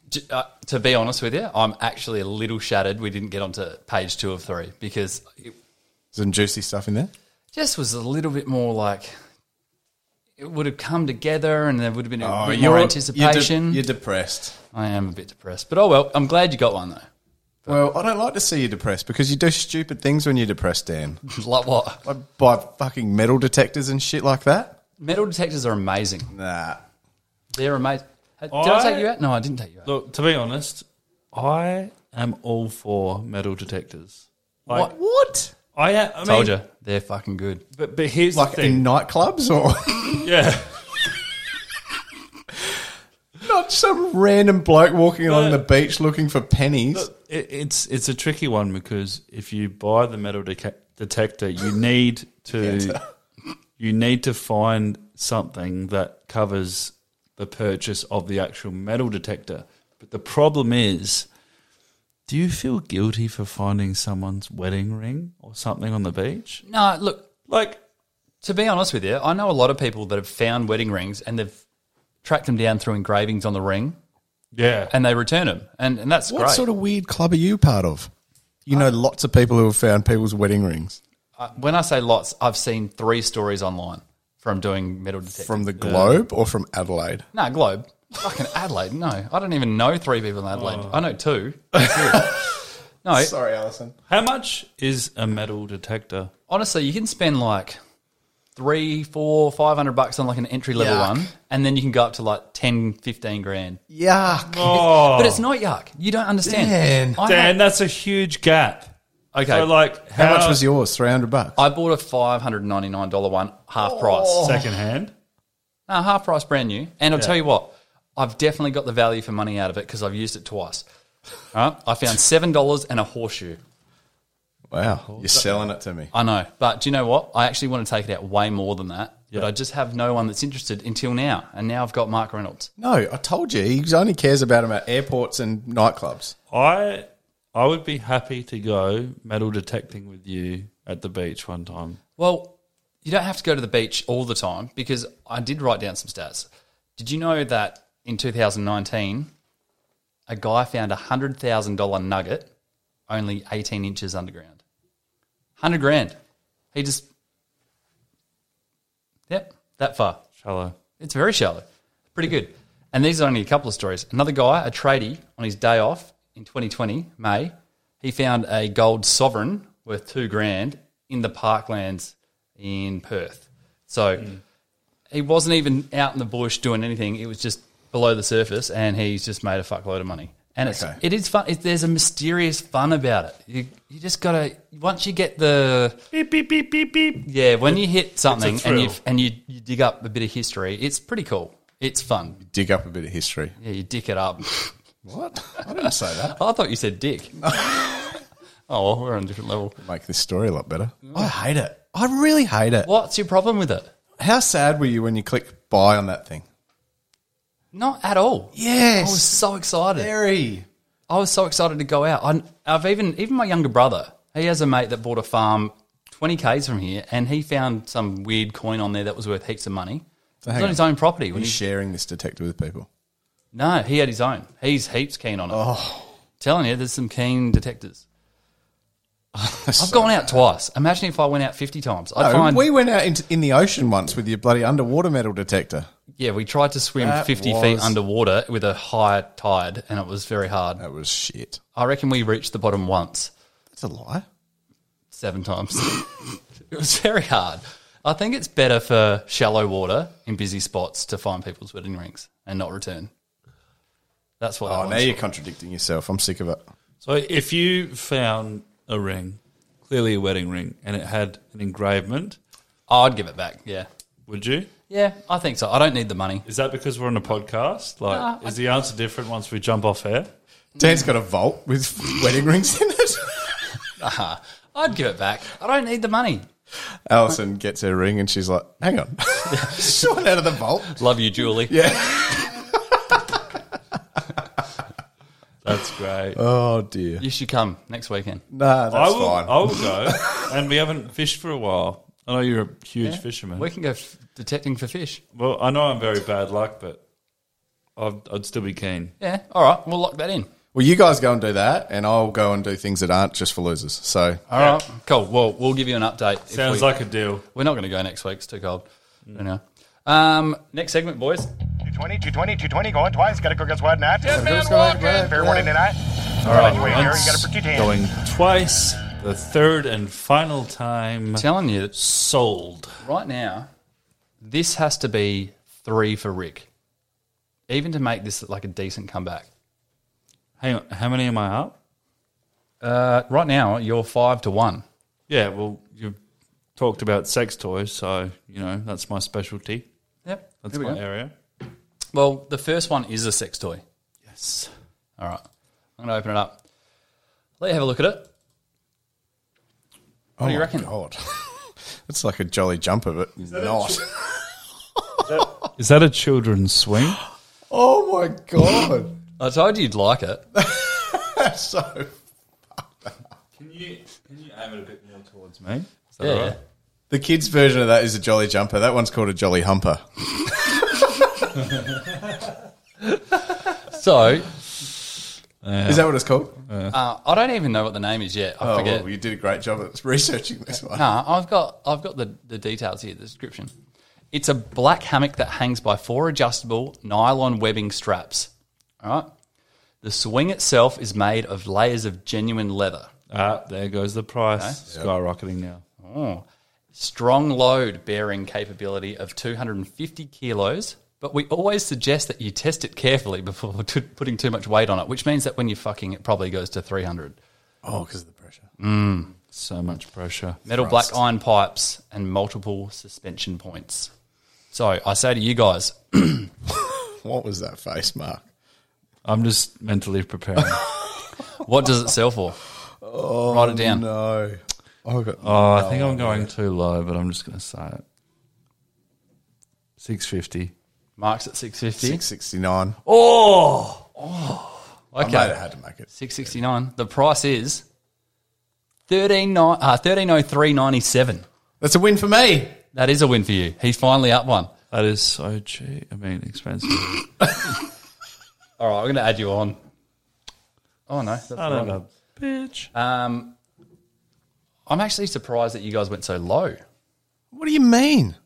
C: J- uh, to be honest with you, I'm actually a little shattered. We didn't get onto page two of three because it
B: Some juicy stuff in there.
C: just was a little bit more like it would have come together and there would have been a bit
B: Oh, you're-
C: more
B: you're de-
C: anticipation.
B: You're, depressed.
C: I am a bit depressed, but oh well. I'm glad you got one though.
B: Well, I don't like to see you depressed because you do stupid things when you're depressed, Dan.
C: like what?
B: Like buy fucking metal detectors and shit like that.
C: Metal detectors are amazing.
B: Nah.
C: They're amazing. Did I
D: I-
C: take you out? No, I didn't take you out.
D: Look, to be honest, I am all for metal detectors.
C: what?
D: Like,
C: what?
D: I, am, I mean,
C: Told you, they're fucking good.
D: But, but here's
B: Like
D: the thing.
B: in nightclubs or
D: yeah.
B: not some random bloke walking along
D: No.
B: the beach looking for pennies.
D: It, it's it's a tricky one because if you buy the metal deca- detector, you need to you need to find something that covers the purchase of the actual metal detector. But the problem is, do you feel guilty for finding someone's wedding ring or something on the beach?
C: No, look.
D: Like,
C: To be honest with you, I know a lot of people that have found wedding rings and they've tracked them down through engravings on the ring
D: yeah,
C: and they return them, and, and that's
B: What
C: great.
B: sort of weird club are you part of? You know, lots of people who have found people's wedding rings
C: Uh, when I say lots, I've seen three stories online from doing metal detectors.
B: from the globe or from Adelaide.
C: No, Globe. Fucking Adelaide. No, I don't even know three people in Adelaide.
B: Oh.
C: I know two. no,
B: Sorry, Alison.
D: how much is a metal detector?
C: honestly, you can spend like three, four, five hundred bucks on like an entry level
B: Yuck.
C: one, and then you can go up to like 10, 15 grand.
B: Yuck.
C: But it's not yuck. You don't understand.
B: Dan.
C: I
D: Oh. Dan,
C: had-
D: that's a huge gap.
C: okay.
D: So, like,
B: How much was yours? 300 bucks.
C: I bought a five hundred ninety nine dollar one, half
B: Oh.
C: price.
D: second hand?
C: No, half price, brand new. And I'll tell you what, I've definitely got the value for money out of it because I've used it twice. All right, I found seven dollars and a horseshoe.
B: wow. You're selling it to me.
C: I know, but do you know what? I actually want to take it out way more than that. But I just have no one that's interested until now, and now I've got Mark Reynolds.
B: No, I told you. He only cares about them at airports and nightclubs.
D: I I would be happy to go metal detecting with you at the beach one time.
C: Well, you don't have to go to the beach all the time because I did write down some stats. Did you know that in 2019, a guy found a hundred thousand dollar nugget only 18 inches underground? Hundred grand. He just, yep, that far.
D: Shallow.
C: It's very shallow. Pretty good. And these are only a couple of stories. Another guy, a tradie, on his day off in 2020, May, he found a gold sovereign worth two grand in the parklands in Perth. So he wasn't even out in the bush doing anything. It was just below the surface, and he's just made a fuckload of money. And it's
B: Okay.
C: it is fun. It, there's a mysterious fun about it. You you just gotta once you get the
D: Beep beep beep beep beep.
C: yeah, when you hit something and you
D: thrill.
C: and you, you dig up a bit of history, it's pretty cool. It's fun.
B: Dig up a bit of history.
C: Yeah, you dick it up.
B: What? I didn't say that.
C: I thought you said dick. oh, well, we're on a different level.
B: Make this story a lot better. I hate it. I really hate it.
C: What's your problem with it?
B: How sad were you when you clicked buy on that thing?
C: Not at all. I
B: Yes.
C: was so excited.
B: Very.
C: I was so excited to go out. I, I've even even my younger brother. He has a mate that bought a farm twenty k's from here, and he found some weird coin on there that was worth heaps of money. it was
B: hang
C: on
B: on.
C: his own property. When
B: He's
C: he,
B: sharing this detector with people.
C: no, he had his own. He's heaps keen on it.
B: Oh.
C: Telling you, there's some keen detectors. I've gone out twice. Imagine if I went out fifty times. I'd
B: No,
C: find
B: we went out in, in the ocean once with your bloody underwater metal detector.
C: yeah, we tried to swim
B: That
C: fifty
B: was-
C: feet underwater with a high tide, and it was very hard.
B: That was shit.
C: I reckon we reached the bottom once.
B: That's a lie.
C: seven times. it was very hard. I think it's better for shallow water in busy spots to find people's wedding rings and not return. That's what.
B: Oh,
C: I
B: now you're contradicting yourself. I'm sick of it.
D: So if you found a ring, clearly a wedding ring, and it had an engravement,
C: I'd give it back. Yeah,
D: would you?
C: yeah, I think so. I don't need the money.
D: Is that because we're on a podcast? Like,
C: No,
D: is the answer different once we jump off air?
B: Dan's got a vault with wedding rings in it.
C: I'd give it back. I don't need the money.
B: Alison gets her ring and she's like, hang on. she went out of the vault.
C: Love you, Julie.
B: Yeah.
D: That's
C: Uh,
D: great.
B: Oh, dear.
C: You should come next weekend.
B: Nah,
D: I
B: that's
D: will.
B: fine.
D: I will go. and we haven't fished for a while. I know you're a huge fisherman.
C: We can go f- detecting for fish.
D: well, I know I'm very bad luck, but I'd, I'd still be keen.
C: Yeah. All right. We'll lock that in.
B: well, you guys go and do that, and I'll go and do things that aren't just for losers. So,
C: All right. Cool. Well, we'll give you an update. if
D: Sounds
C: we-
D: like a deal.
C: we're not going to go next week. It's too cold. You know. Um, next segment, boys.
E: 220, 220, 220, going twice, gotta go against wide not. Dead man
B: go right,
E: walking.
B: right,
E: Fair
B: right.
E: warning tonight.
D: All right,
E: Wait, Harry,
D: once
E: you gotta pretend.
D: going twice. The third and final time
C: telling you, that
D: sold.
C: right now, this has to be three for Rick, even to make this like a decent comeback.
D: Hang on, how many am I up?
C: Uh, right now, you're five to one.
D: Yeah, well, you've talked about sex toys, so you know that's my specialty.
C: Yep,
D: That's my area.
C: Well, the first one is a sex toy.
D: Yes.
C: All right, I'm going to open it up. Let you have a look at it.
B: What
C: do you reckon?
B: oh God. it's like a jolly jumper, but not.
D: Is that a children's swing?
B: oh my god!
C: I told you you'd like it.
B: That's so.
D: Can you can you aim it a bit more towards me? Is that
C: Yeah,
D: all right?
B: The kids' version of that is a jolly jumper. That one's called a jolly humper.
C: So
B: Is that what it's called?
C: uh, I don't even know what the name is yet. I
B: oh,
C: forget.
B: well, you did a great job at researching this one.
C: No, I've got I've got the, the details here, the description. It's a black hammock that hangs by four adjustable nylon webbing straps. All right. The swing itself is made of layers of genuine leather.
D: Ah, there goes the price skyrocketing now.
C: Strong load bearing capability of 250 kilos, but we always suggest that you test it carefully before t- putting too much weight on it, which means that when you're fucking, it probably goes to 300.
B: Oh, because of the pressure.
D: So much pressure.
C: metal black iron pipes and multiple suspension points. So I say to you guys,
B: What was that face mark?
D: I'm just mentally preparing.
C: what does it sell for? Write it down.
B: Oh, No. Oh, God.
D: Oh, I think I'm going too low, but I'm just going to say it. Six fifty.
C: Marks at six fifty.
B: 669.
D: Oh,
B: I might
C: Okay,
B: have had to make it.
C: six sixty nine. The price is thirteen nine uh, thirteen oh three ninety seven.
B: That's a win for me.
C: That is a win for you. He's finally up one.
D: that is so cheap. I mean, expensive.
C: All right, I'm going to add you on. Oh no, that's
D: I
C: wrong.
D: don't know, bitch.
C: Um, I'm actually surprised that you guys went so low.
B: What do you mean?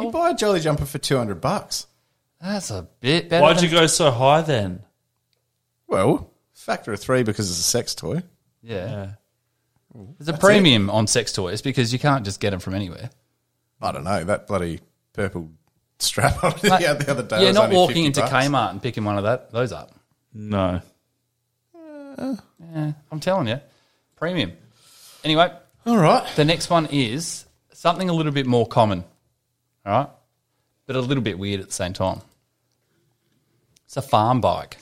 B: you buy a jolly jumper for 200 bucks.
C: That's a bit better.
D: Why'd
C: than-
D: you go so high then?
B: Well, factor of three because it's a sex toy.
C: Yeah. There's a premium on sex toys because you can't just get them from anywhere.
B: I don't know. That bloody purple strap on the,
C: Like,
B: the other day.
C: You're
B: was
C: not
B: only
C: walking
B: 50
C: into
B: bucks.
C: Kmart and picking one of that those up.
D: No.
C: I'm telling you, premium. Anyway,
B: All right.
C: the next one is something a little bit more common, all right, but a little bit weird at the same time. It's a farm bike.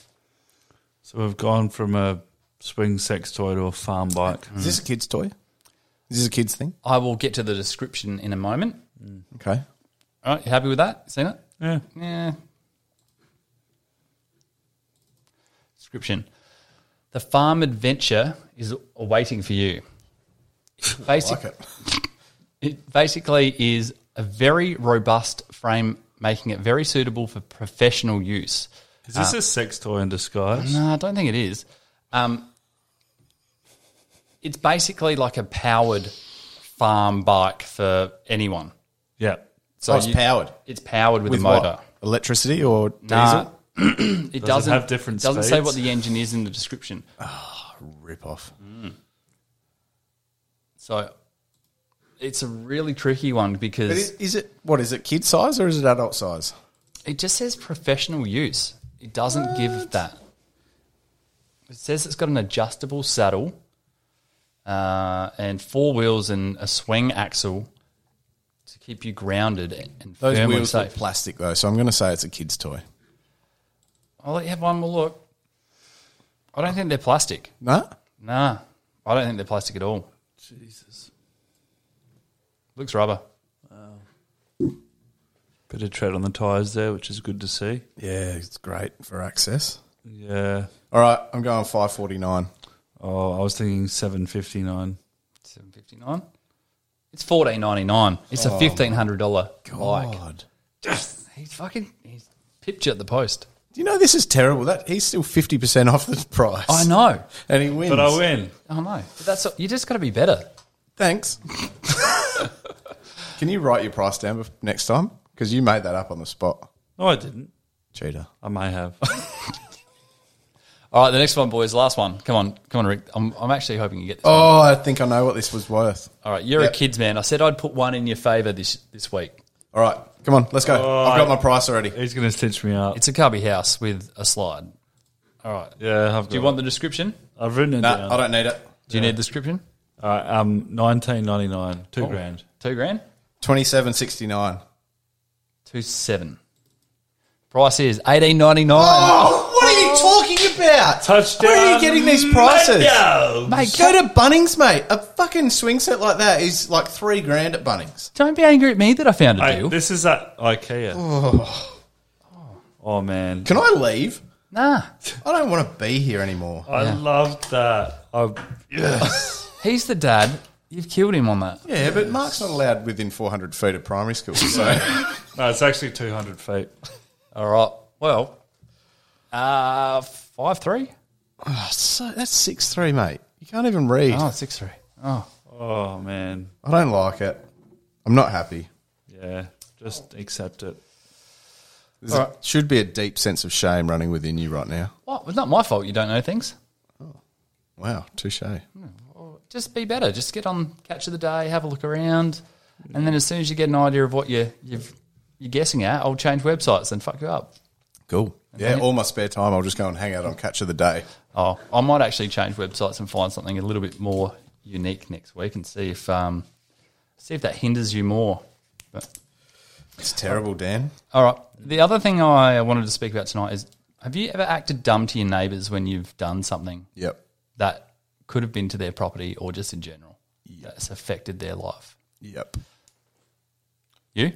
D: So we've gone from a swing sex toy to a farm bike.
B: Is this a kid's toy? Is this a kid's thing?
C: I will get to the description in a moment.
B: Okay.
C: All right, you happy with that? Seen it?
D: Yeah.
C: Yeah. Description. The farm adventure is awaiting for you. Basic,
B: Like it.
C: it basically is a very robust frame, making it very suitable for professional use.
D: Is this a sex toy in disguise?
C: No, I don't think it is. Um, it's basically like a powered farm bike for anyone.
D: Yeah.
C: So
B: oh, it's
C: you-
B: powered.
C: It's powered with,
B: With
C: a motor.
B: what? Electricity or diesel?
C: Nah. it doesn't,
D: have different
C: doesn't say
D: speeds?
C: what the engine is in the description.
B: Rip off.
C: So it's a really tricky one because
B: But is,
C: it,
B: is it, what is it, kid size or is it adult size?
C: just says professional use. It doesn't give that. It says it's got an adjustable saddle uh, and four wheels and a swing axle to keep you grounded and- and
B: Those
C: firmly
B: wheels are
C: safe.
B: plastic though, so I'm going to say it's a kid's toy.
C: I'll let you have one more look. I don't think they're plastic.
B: No?
C: Nah, I don't think they're plastic at all. Jesus. Looks rubber.
D: Bit of tread on the tires there, which is good to see.
B: Yeah, it's great for access.
D: Yeah.
B: All right, I'm going 549.
D: Oh, I was thinking seven fifty nine.
C: Seven fifty nine. It's fourteen ninety nine. It's a fifteen hundred dollar bike.
B: God.
C: He's fucking he's pipped you at the post.
B: Do you know this is terrible? That he's still 50% off the price.
C: I know.
B: And he wins.
D: But I win.
C: I know. But that's you just got to be better.
B: Thanks. Can you write your price down bef- next time? Because you made that up on the spot.
D: No, I didn't.
B: Cheater.
C: Oh.
D: I may have.
C: All right, the next one, boys. Last one. Come on, come on, Rick. I'm, I'm actually hoping you get this.
B: Oh, I think I know what this was worth.
C: All right, you're
B: Yep.
C: a kids man. I said I'd put one in your favour this this week.
B: All right, come on, let's go. I've got my price already.
D: He's going to stitch me up.
C: It's a cubby house with a slide.
D: yeah, I've got
C: Do you want the description?
D: I've written it
B: Nah,
D: down.
B: I don't need it.
C: Do you need the description?
D: All right, um, nineteen ninety nine, two grand.
C: Two grand,
B: Twenty-seven sixty-nine.
C: two seven. Price is eighteen ninety nine.
B: Oh, what are you talking about?
D: Touchdown,
B: Where are you getting these prices?
D: Mando.
B: Mate, go to Bunnings, mate. A fucking swing set like that is like three grand at Bunnings.
C: Don't be angry at me that I found a
D: Hey,
C: deal.
D: this is at IKEA. Oh, man,
B: Can I leave?
C: nah,
B: I don't want to be here anymore.
D: I loved that. I, yes,
C: he's the dad. You've killed him on that.
B: yeah, but Mark's not allowed within 400 feet of primary school, so
D: no, it's actually two hundred feet.
C: All right. Well, uh, five three.
B: Oh, so that's six three, mate. You can't even read.
C: Oh, six three. Oh,
D: Oh man,
B: I don't like it. I'm not happy.
D: yeah, just accept it.
B: There should be a deep sense of shame running within you right now.
C: what? It's not my fault. You don't know things.
B: Wow, touche.
C: just be better. Just get on catch of the day, have a look around, and then as soon as you get an idea of what you you've, you're guessing at, I'll change websites and fuck you up.
B: Cool. Yeah, all my spare time, I'll just go and hang out on Catch of the Day.
C: Oh, I might actually change websites and find something a little bit more unique next week and see if um, see if that hinders you more. But,
B: It's terrible, Dan.
C: all right. The other thing I wanted to speak about tonight is: Have you ever acted dumb to your neighbours when you've done something
B: Yep.
C: that could have been to their property or just in general that's affected their life?
B: Yep.
C: You?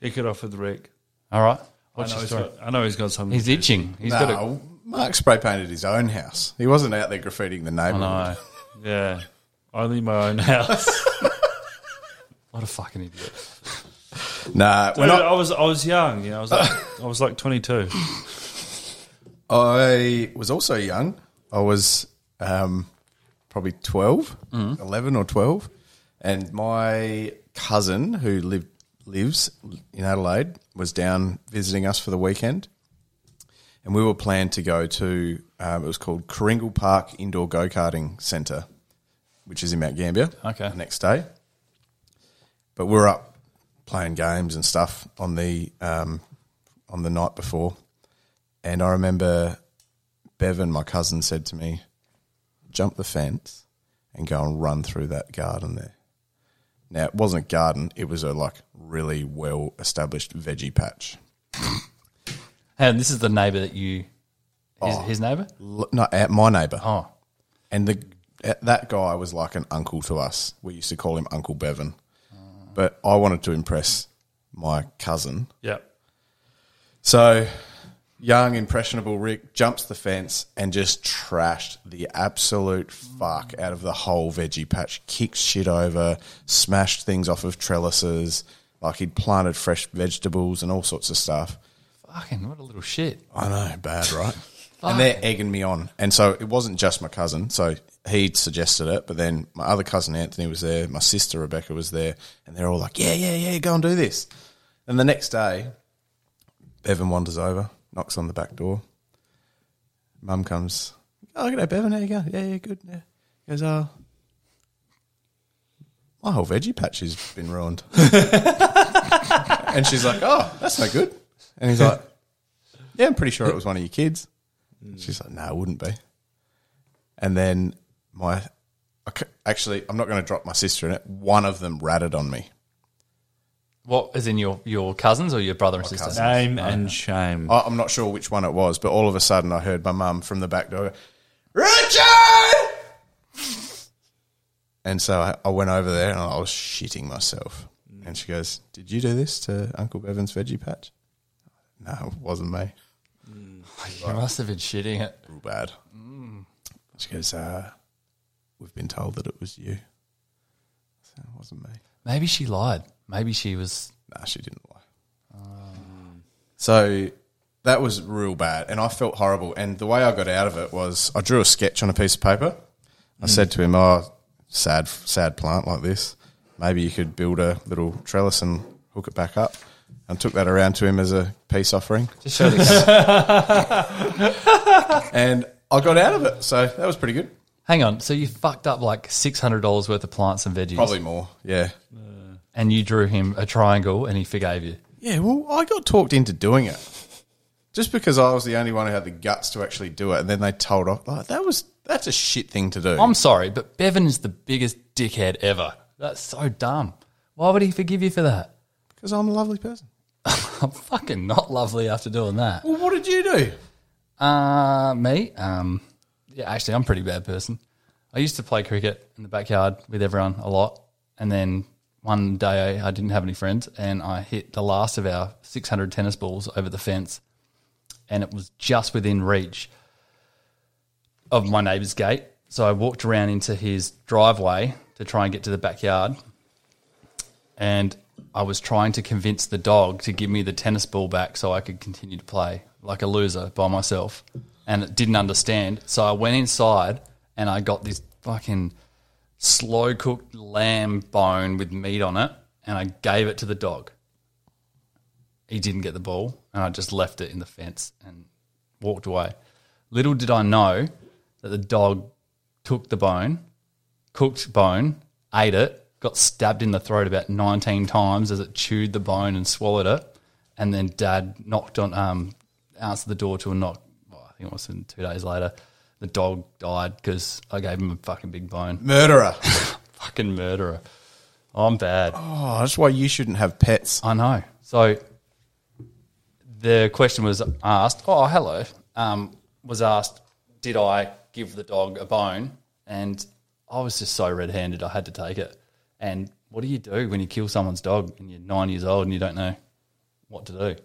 D: Pick it off with Rick.
C: All right.
D: I know, he's got, I know he's got something.
C: He's itching. He's got a
B: No, Mark spray painted his own house. He wasn't out there graffitiing the neighbourhood.
C: No.
D: Yeah, only my own house.
C: What a fucking idiot.
B: Nah,
D: Dude,
B: when I,
D: I was I was young. You know, I was like, I was like twenty two.
B: I was also young. I was um, probably 12, 11 or 12. And my cousin who lived lives in Adelaide was down visiting us for the weekend. And we were planned to go to, um, it was called Coringle Park Indoor Go Karting Centre, which is in Mount Gambier.
C: Okay.
B: The next day. But we were up playing games and stuff on the um, on the night before. And I remember Bevan, my cousin, said to me, jump the fence and go and run through that garden there. Now, it wasn't a garden, it was a like really well established veggie patch.
C: And this is the neighbour that you, his,
B: Oh.
C: his neighbour.
B: L- Not at my neighbour.
C: Oh,
B: And the uh, that guy was like an uncle to us. We used to call him Uncle Bevan. But I wanted to impress my cousin.
D: Yep.
B: So, young, impressionable Rick jumps the fence and just trashed the absolute fuck out of the whole veggie patch. Kicked shit over, smashed things off of trellises. Like he'd planted fresh vegetables and all sorts of stuff.
C: fucking what a little shit.
B: I know, bad, right? and they're egging me on. And so it wasn't just my cousin. So he'd suggested it, but then my other cousin Anthony was there, my sister Rebecca was there, and they're all like, yeah, yeah, yeah, go and do this. And the next day, Bevan wanders over, knocks on the back door. Mum comes, oh, look at that, Bevan, how you go? Yeah, yeah, good. Yeah. Goes, oh, my whole veggie patch has been ruined. and she's like, oh, that's no good. And he's like, yeah, I'm pretty sure it was one of your kids. She's like, no, it wouldn't be. And then my, I c- actually, I'm not going to drop my sister in it. One of them ratted on me.
C: What is in your your cousins or your brother and sister?
B: cousins.
D: Name and shame.
B: I, I'm not sure which one it was, but all of a sudden I heard my mum from the back door, go, Richard! and so I, I went over there and I was shitting myself. And she goes, Did you do this to Uncle Bevan's veggie patch? No, it wasn't me.
C: You must have been shitting it.
B: real bad. She goes, uh, "We've been told that it was you." So it wasn't me.
C: Maybe she lied. Maybe she was.
B: Nah, she didn't lie. So that was real bad, and I felt horrible. And the way I got out of it was I drew a sketch on a piece of paper.
C: Hmm.
B: I said to him, "Oh, sad, sad plant like this. Maybe you could build a little trellis and hook it back up." and took that around to him as a peace offering.
C: Just show this.
B: And I got out of it, so that was pretty good.
C: Hang on. So you fucked up like six hundred dollars worth of plants and veggies,
B: Probably more, yeah.
C: and you drew him a triangle, and he forgave you.
B: Yeah, well, I got talked into doing it just because I was the only one who had the guts to actually do it, and then they told off. Like that was that's a shit thing to do.
C: I'm sorry, but Bevan is the biggest dickhead ever. That's so dumb. Why would he forgive you for that?
B: because I'm a lovely person.
C: I'm fucking not lovely after doing that.
B: Well, what did you do?
C: Uh, me? Um, yeah, actually, I'm a pretty bad person. I used to play cricket in the backyard with everyone a lot. And then one day I, I didn't have any friends and I hit the last of our 600 tennis balls over the fence. And it was just within reach of my neighbour's gate. So I walked around into his driveway to try and get to the backyard. And I was trying to convince the dog to give me the tennis ball back so I could continue to play like a loser by myself. And it didn't understand. So I went inside and I got this fucking slow cooked lamb bone with meat on it. And I gave it to the dog. He didn't get the ball. And I just left it in the fence and walked away. Little did I know that the dog took the bone, cooked bone, ate it, got stabbed in the throat about 19 times as it chewed the bone and swallowed it. And then dad knocked on, um, answered the door to a knock. Well, I think it was in two days later. The dog died because I gave him a fucking big bone.
B: Murderer.
C: Fucking murderer. I'm bad.
B: Oh, that's why you shouldn't have pets.
C: I know. So the question was asked. Oh, hello. Um, was asked. Did I give the dog a bone? And I was just so red-handed. I had to take it. And what do you do when you kill someone's dog and you're nine years old and you don't know what to do?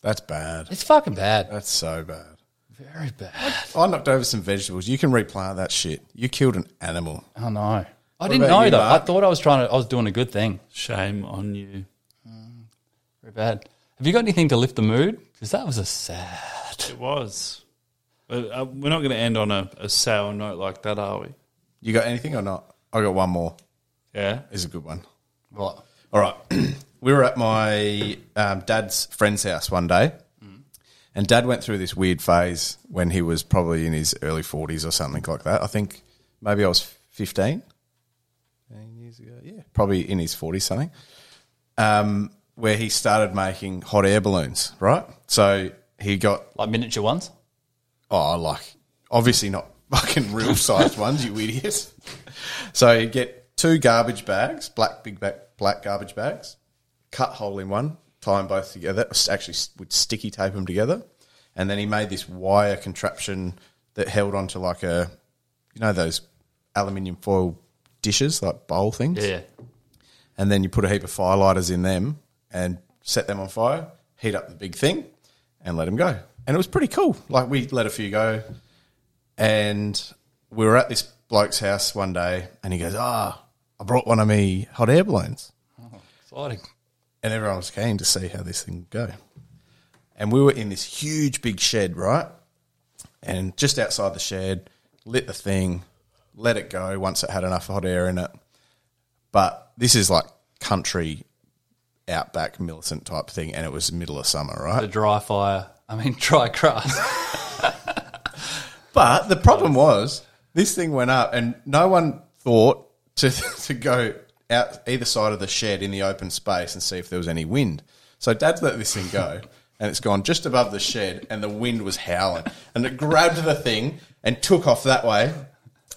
B: That's bad.
C: It's fucking bad.
B: That's so bad.
C: Very bad.
B: I knocked over some vegetables. You can replant that shit. You killed an animal.
C: I know. I didn't
B: about
C: know
B: you,
C: though. I
B: Mark?
C: thought I was trying to. I was doing a good thing.
D: Shame on you.
C: Very bad. Have you got anything to lift the mood? Because that was a sad.
D: It was. But, uh, we're not going to end on a, a sour note like that, are we?
B: You got anything or not? I got one more.
D: Yeah.
B: It's a good one.
C: What?
B: All right. we were at my um, dad's friend's house one day, and dad went through this weird phase when he was probably in his early 40s or something like that. I think maybe I was 15, 15 years ago. Yeah, probably in his 40s something, um, where he started making hot air balloons, right? So he got
C: Like miniature ones?
B: Oh, like obviously not fucking real sized ones, you idiot. So you get two garbage bags, black big bag, black garbage bags, cut hole in one, tie them both together. Actually, s- would sticky tape them together, and then he made this wire contraption that held onto like a, you know, those aluminium foil dishes, like bowl things
C: Yeah.
B: and then you put a heap of firelighters in them and set them on fire, heat up the big thing, and let them go. And it was pretty cool. Like we let a few go, and we were at this bloke's house one day, and he goes, "Ah, I brought one of me hot air balloons,"
C: Exciting.
B: and everyone was keen to see how this thing would go. And we were in this huge big shed, right? And just outside the shed, lit the thing, let it go once it had enough hot air in it but this is like country outback militant type thing and it was middle of summer
C: A
B: right
C: dry fire. I mean, dry grass.
B: but the problem was this thing went up and no one thought to, to go out either side of the shed in the open space and see if there was any wind so dad's let this thing go and it's gone just above the shed and the wind was howling and it grabbed the thing and took off that way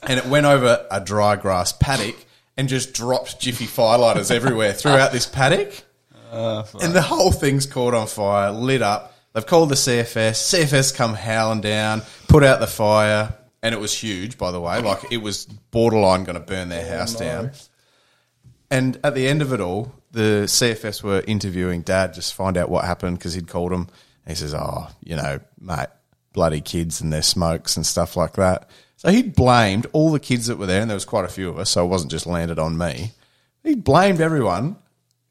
B: and it went over a dry grass paddock and just dropped jiffy firelighters everywhere throughout this paddock and the whole thing's caught on fire, lit up. They've called the CFS. CFS come howling down, put out the fire, and it was huge, by the way. Like it was borderline going to burn their house down. And at the end of it all, the CFS were interviewing Dad, just find out what happened because he'd called him. And he says, "Oh, you know, mate, bloody kids and their smokes and stuff like that." So he blamed all the kids that were there, and there was quite a few of us, so it wasn't just landed on me. He blamed everyone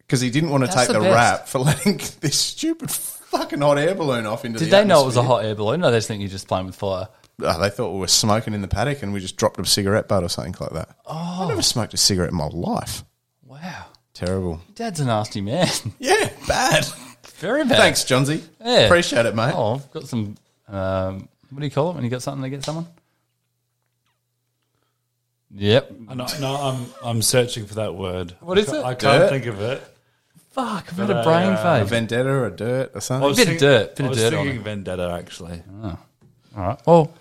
B: because he didn't want to take
C: That's the
B: the,
C: best.
B: rap for letting this stupid fucking hot air balloon off into
C: Did
B: the
C: they know it was a
B: atmosphere.
C: hot air balloon? No, they just think you're just playing with fire.
B: Oh, they thought we were smoking in the paddock, and we just dropped a cigarette butt or something like that. Oh. I never smoked a cigarette in my life.
C: Wow.
B: Terrible.
C: Dad's a nasty man.
B: Yeah, bad.
C: Very bad.
B: Thanks, Johnsy.
C: Yeah.
B: Appreciate it, mate.
C: Oh, I've got some. Um, what do you call it when you got something to get someone? Yep.
D: No, no, I'm I'm searching for that word.
C: What is
D: I can't-
C: it?
D: I can't
B: Dirt?
D: think of it.
C: Fuck, I've had a brain
B: uh,
C: phase.
B: Vendetta or dirt or something.
D: was
C: Bit of dirt, bit
D: I
C: of
D: was
C: dirt on
D: thinking vendetta. Actually,
C: All right. Well,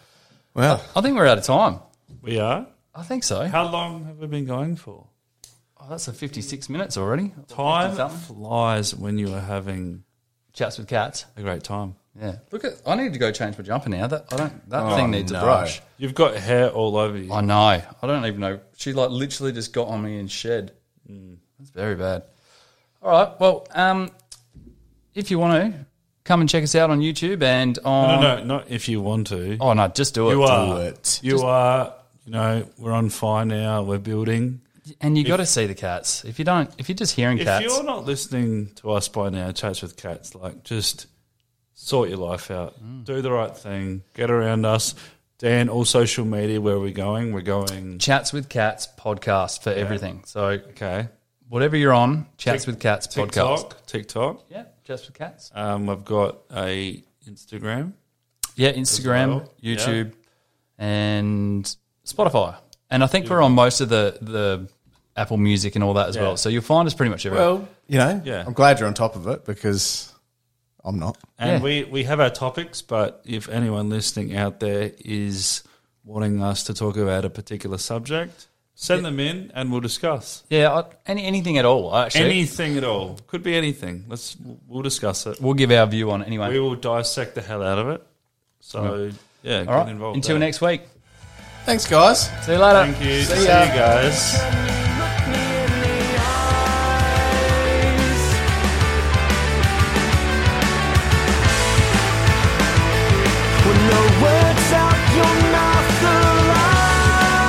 B: well,
C: I think we're out of time.
D: we are.
C: I think so.
D: How long have we been going for?
C: Oh, that's a 56 minutes already.
D: Time
C: Something.
D: flies when you are having
C: Chats with cats.
D: a great time.
C: Yeah. Look at. I need to go change my jumper now. That I don't. That thing needs a
B: Oh, no.
C: brush.
D: You've got hair all over you.
C: I know. I don't even know. She like literally just got on me and shed.
D: Hmm.
C: That's very bad. All right. Well, um, if you want to come and check us out on YouTube and
D: No,
C: on.
D: no, not if you want to.
C: Oh no, just do it.
D: you are.
B: it.
D: You are. You know, we're on fire now. We're building.
C: And you got to see the cats. If you don't, if you're just hearing cats,
D: If you're not listening to us by now, chats with cats, like just sort your life out, do the right thing, get around us. Dan, all social media, where are we going? We're going.
C: Chats with Cats podcast for everything. So
D: Okay.
C: whatever you're on, Chats
D: Tik-
C: with Cats podcast.
D: TikTok. TikTok.
C: Yeah, Chats with Cats.
D: Um, I've got a Instagram.
C: Yeah, Instagram,
D: well, yeah.
C: YouTube, and Spotify. And I think we're on most of the the Apple Music and all that as well. So you'll find us pretty much everywhere.
B: Well, you know,
D: Yeah.
B: I'm glad you're on top of it because I'm not.
D: And
C: Yeah.
D: we, we have our topics, but if anyone listening out there is wanting us to talk about a particular subject, send them in and we'll discuss.
C: yeah, I, any anything at all. Actually,
D: Anything at all. Could be anything. Let's we'll discuss it.
C: we'll give our view on it anyway.
D: We will dissect the hell out of it. So yeah, get
C: all right.
D: involved.
C: Until
D: there.
C: next week.
B: Thanks, guys.
C: See you later.
D: Thank you.
B: See
D: See, you
B: ya.
D: guys.
A: When the words out your mouth are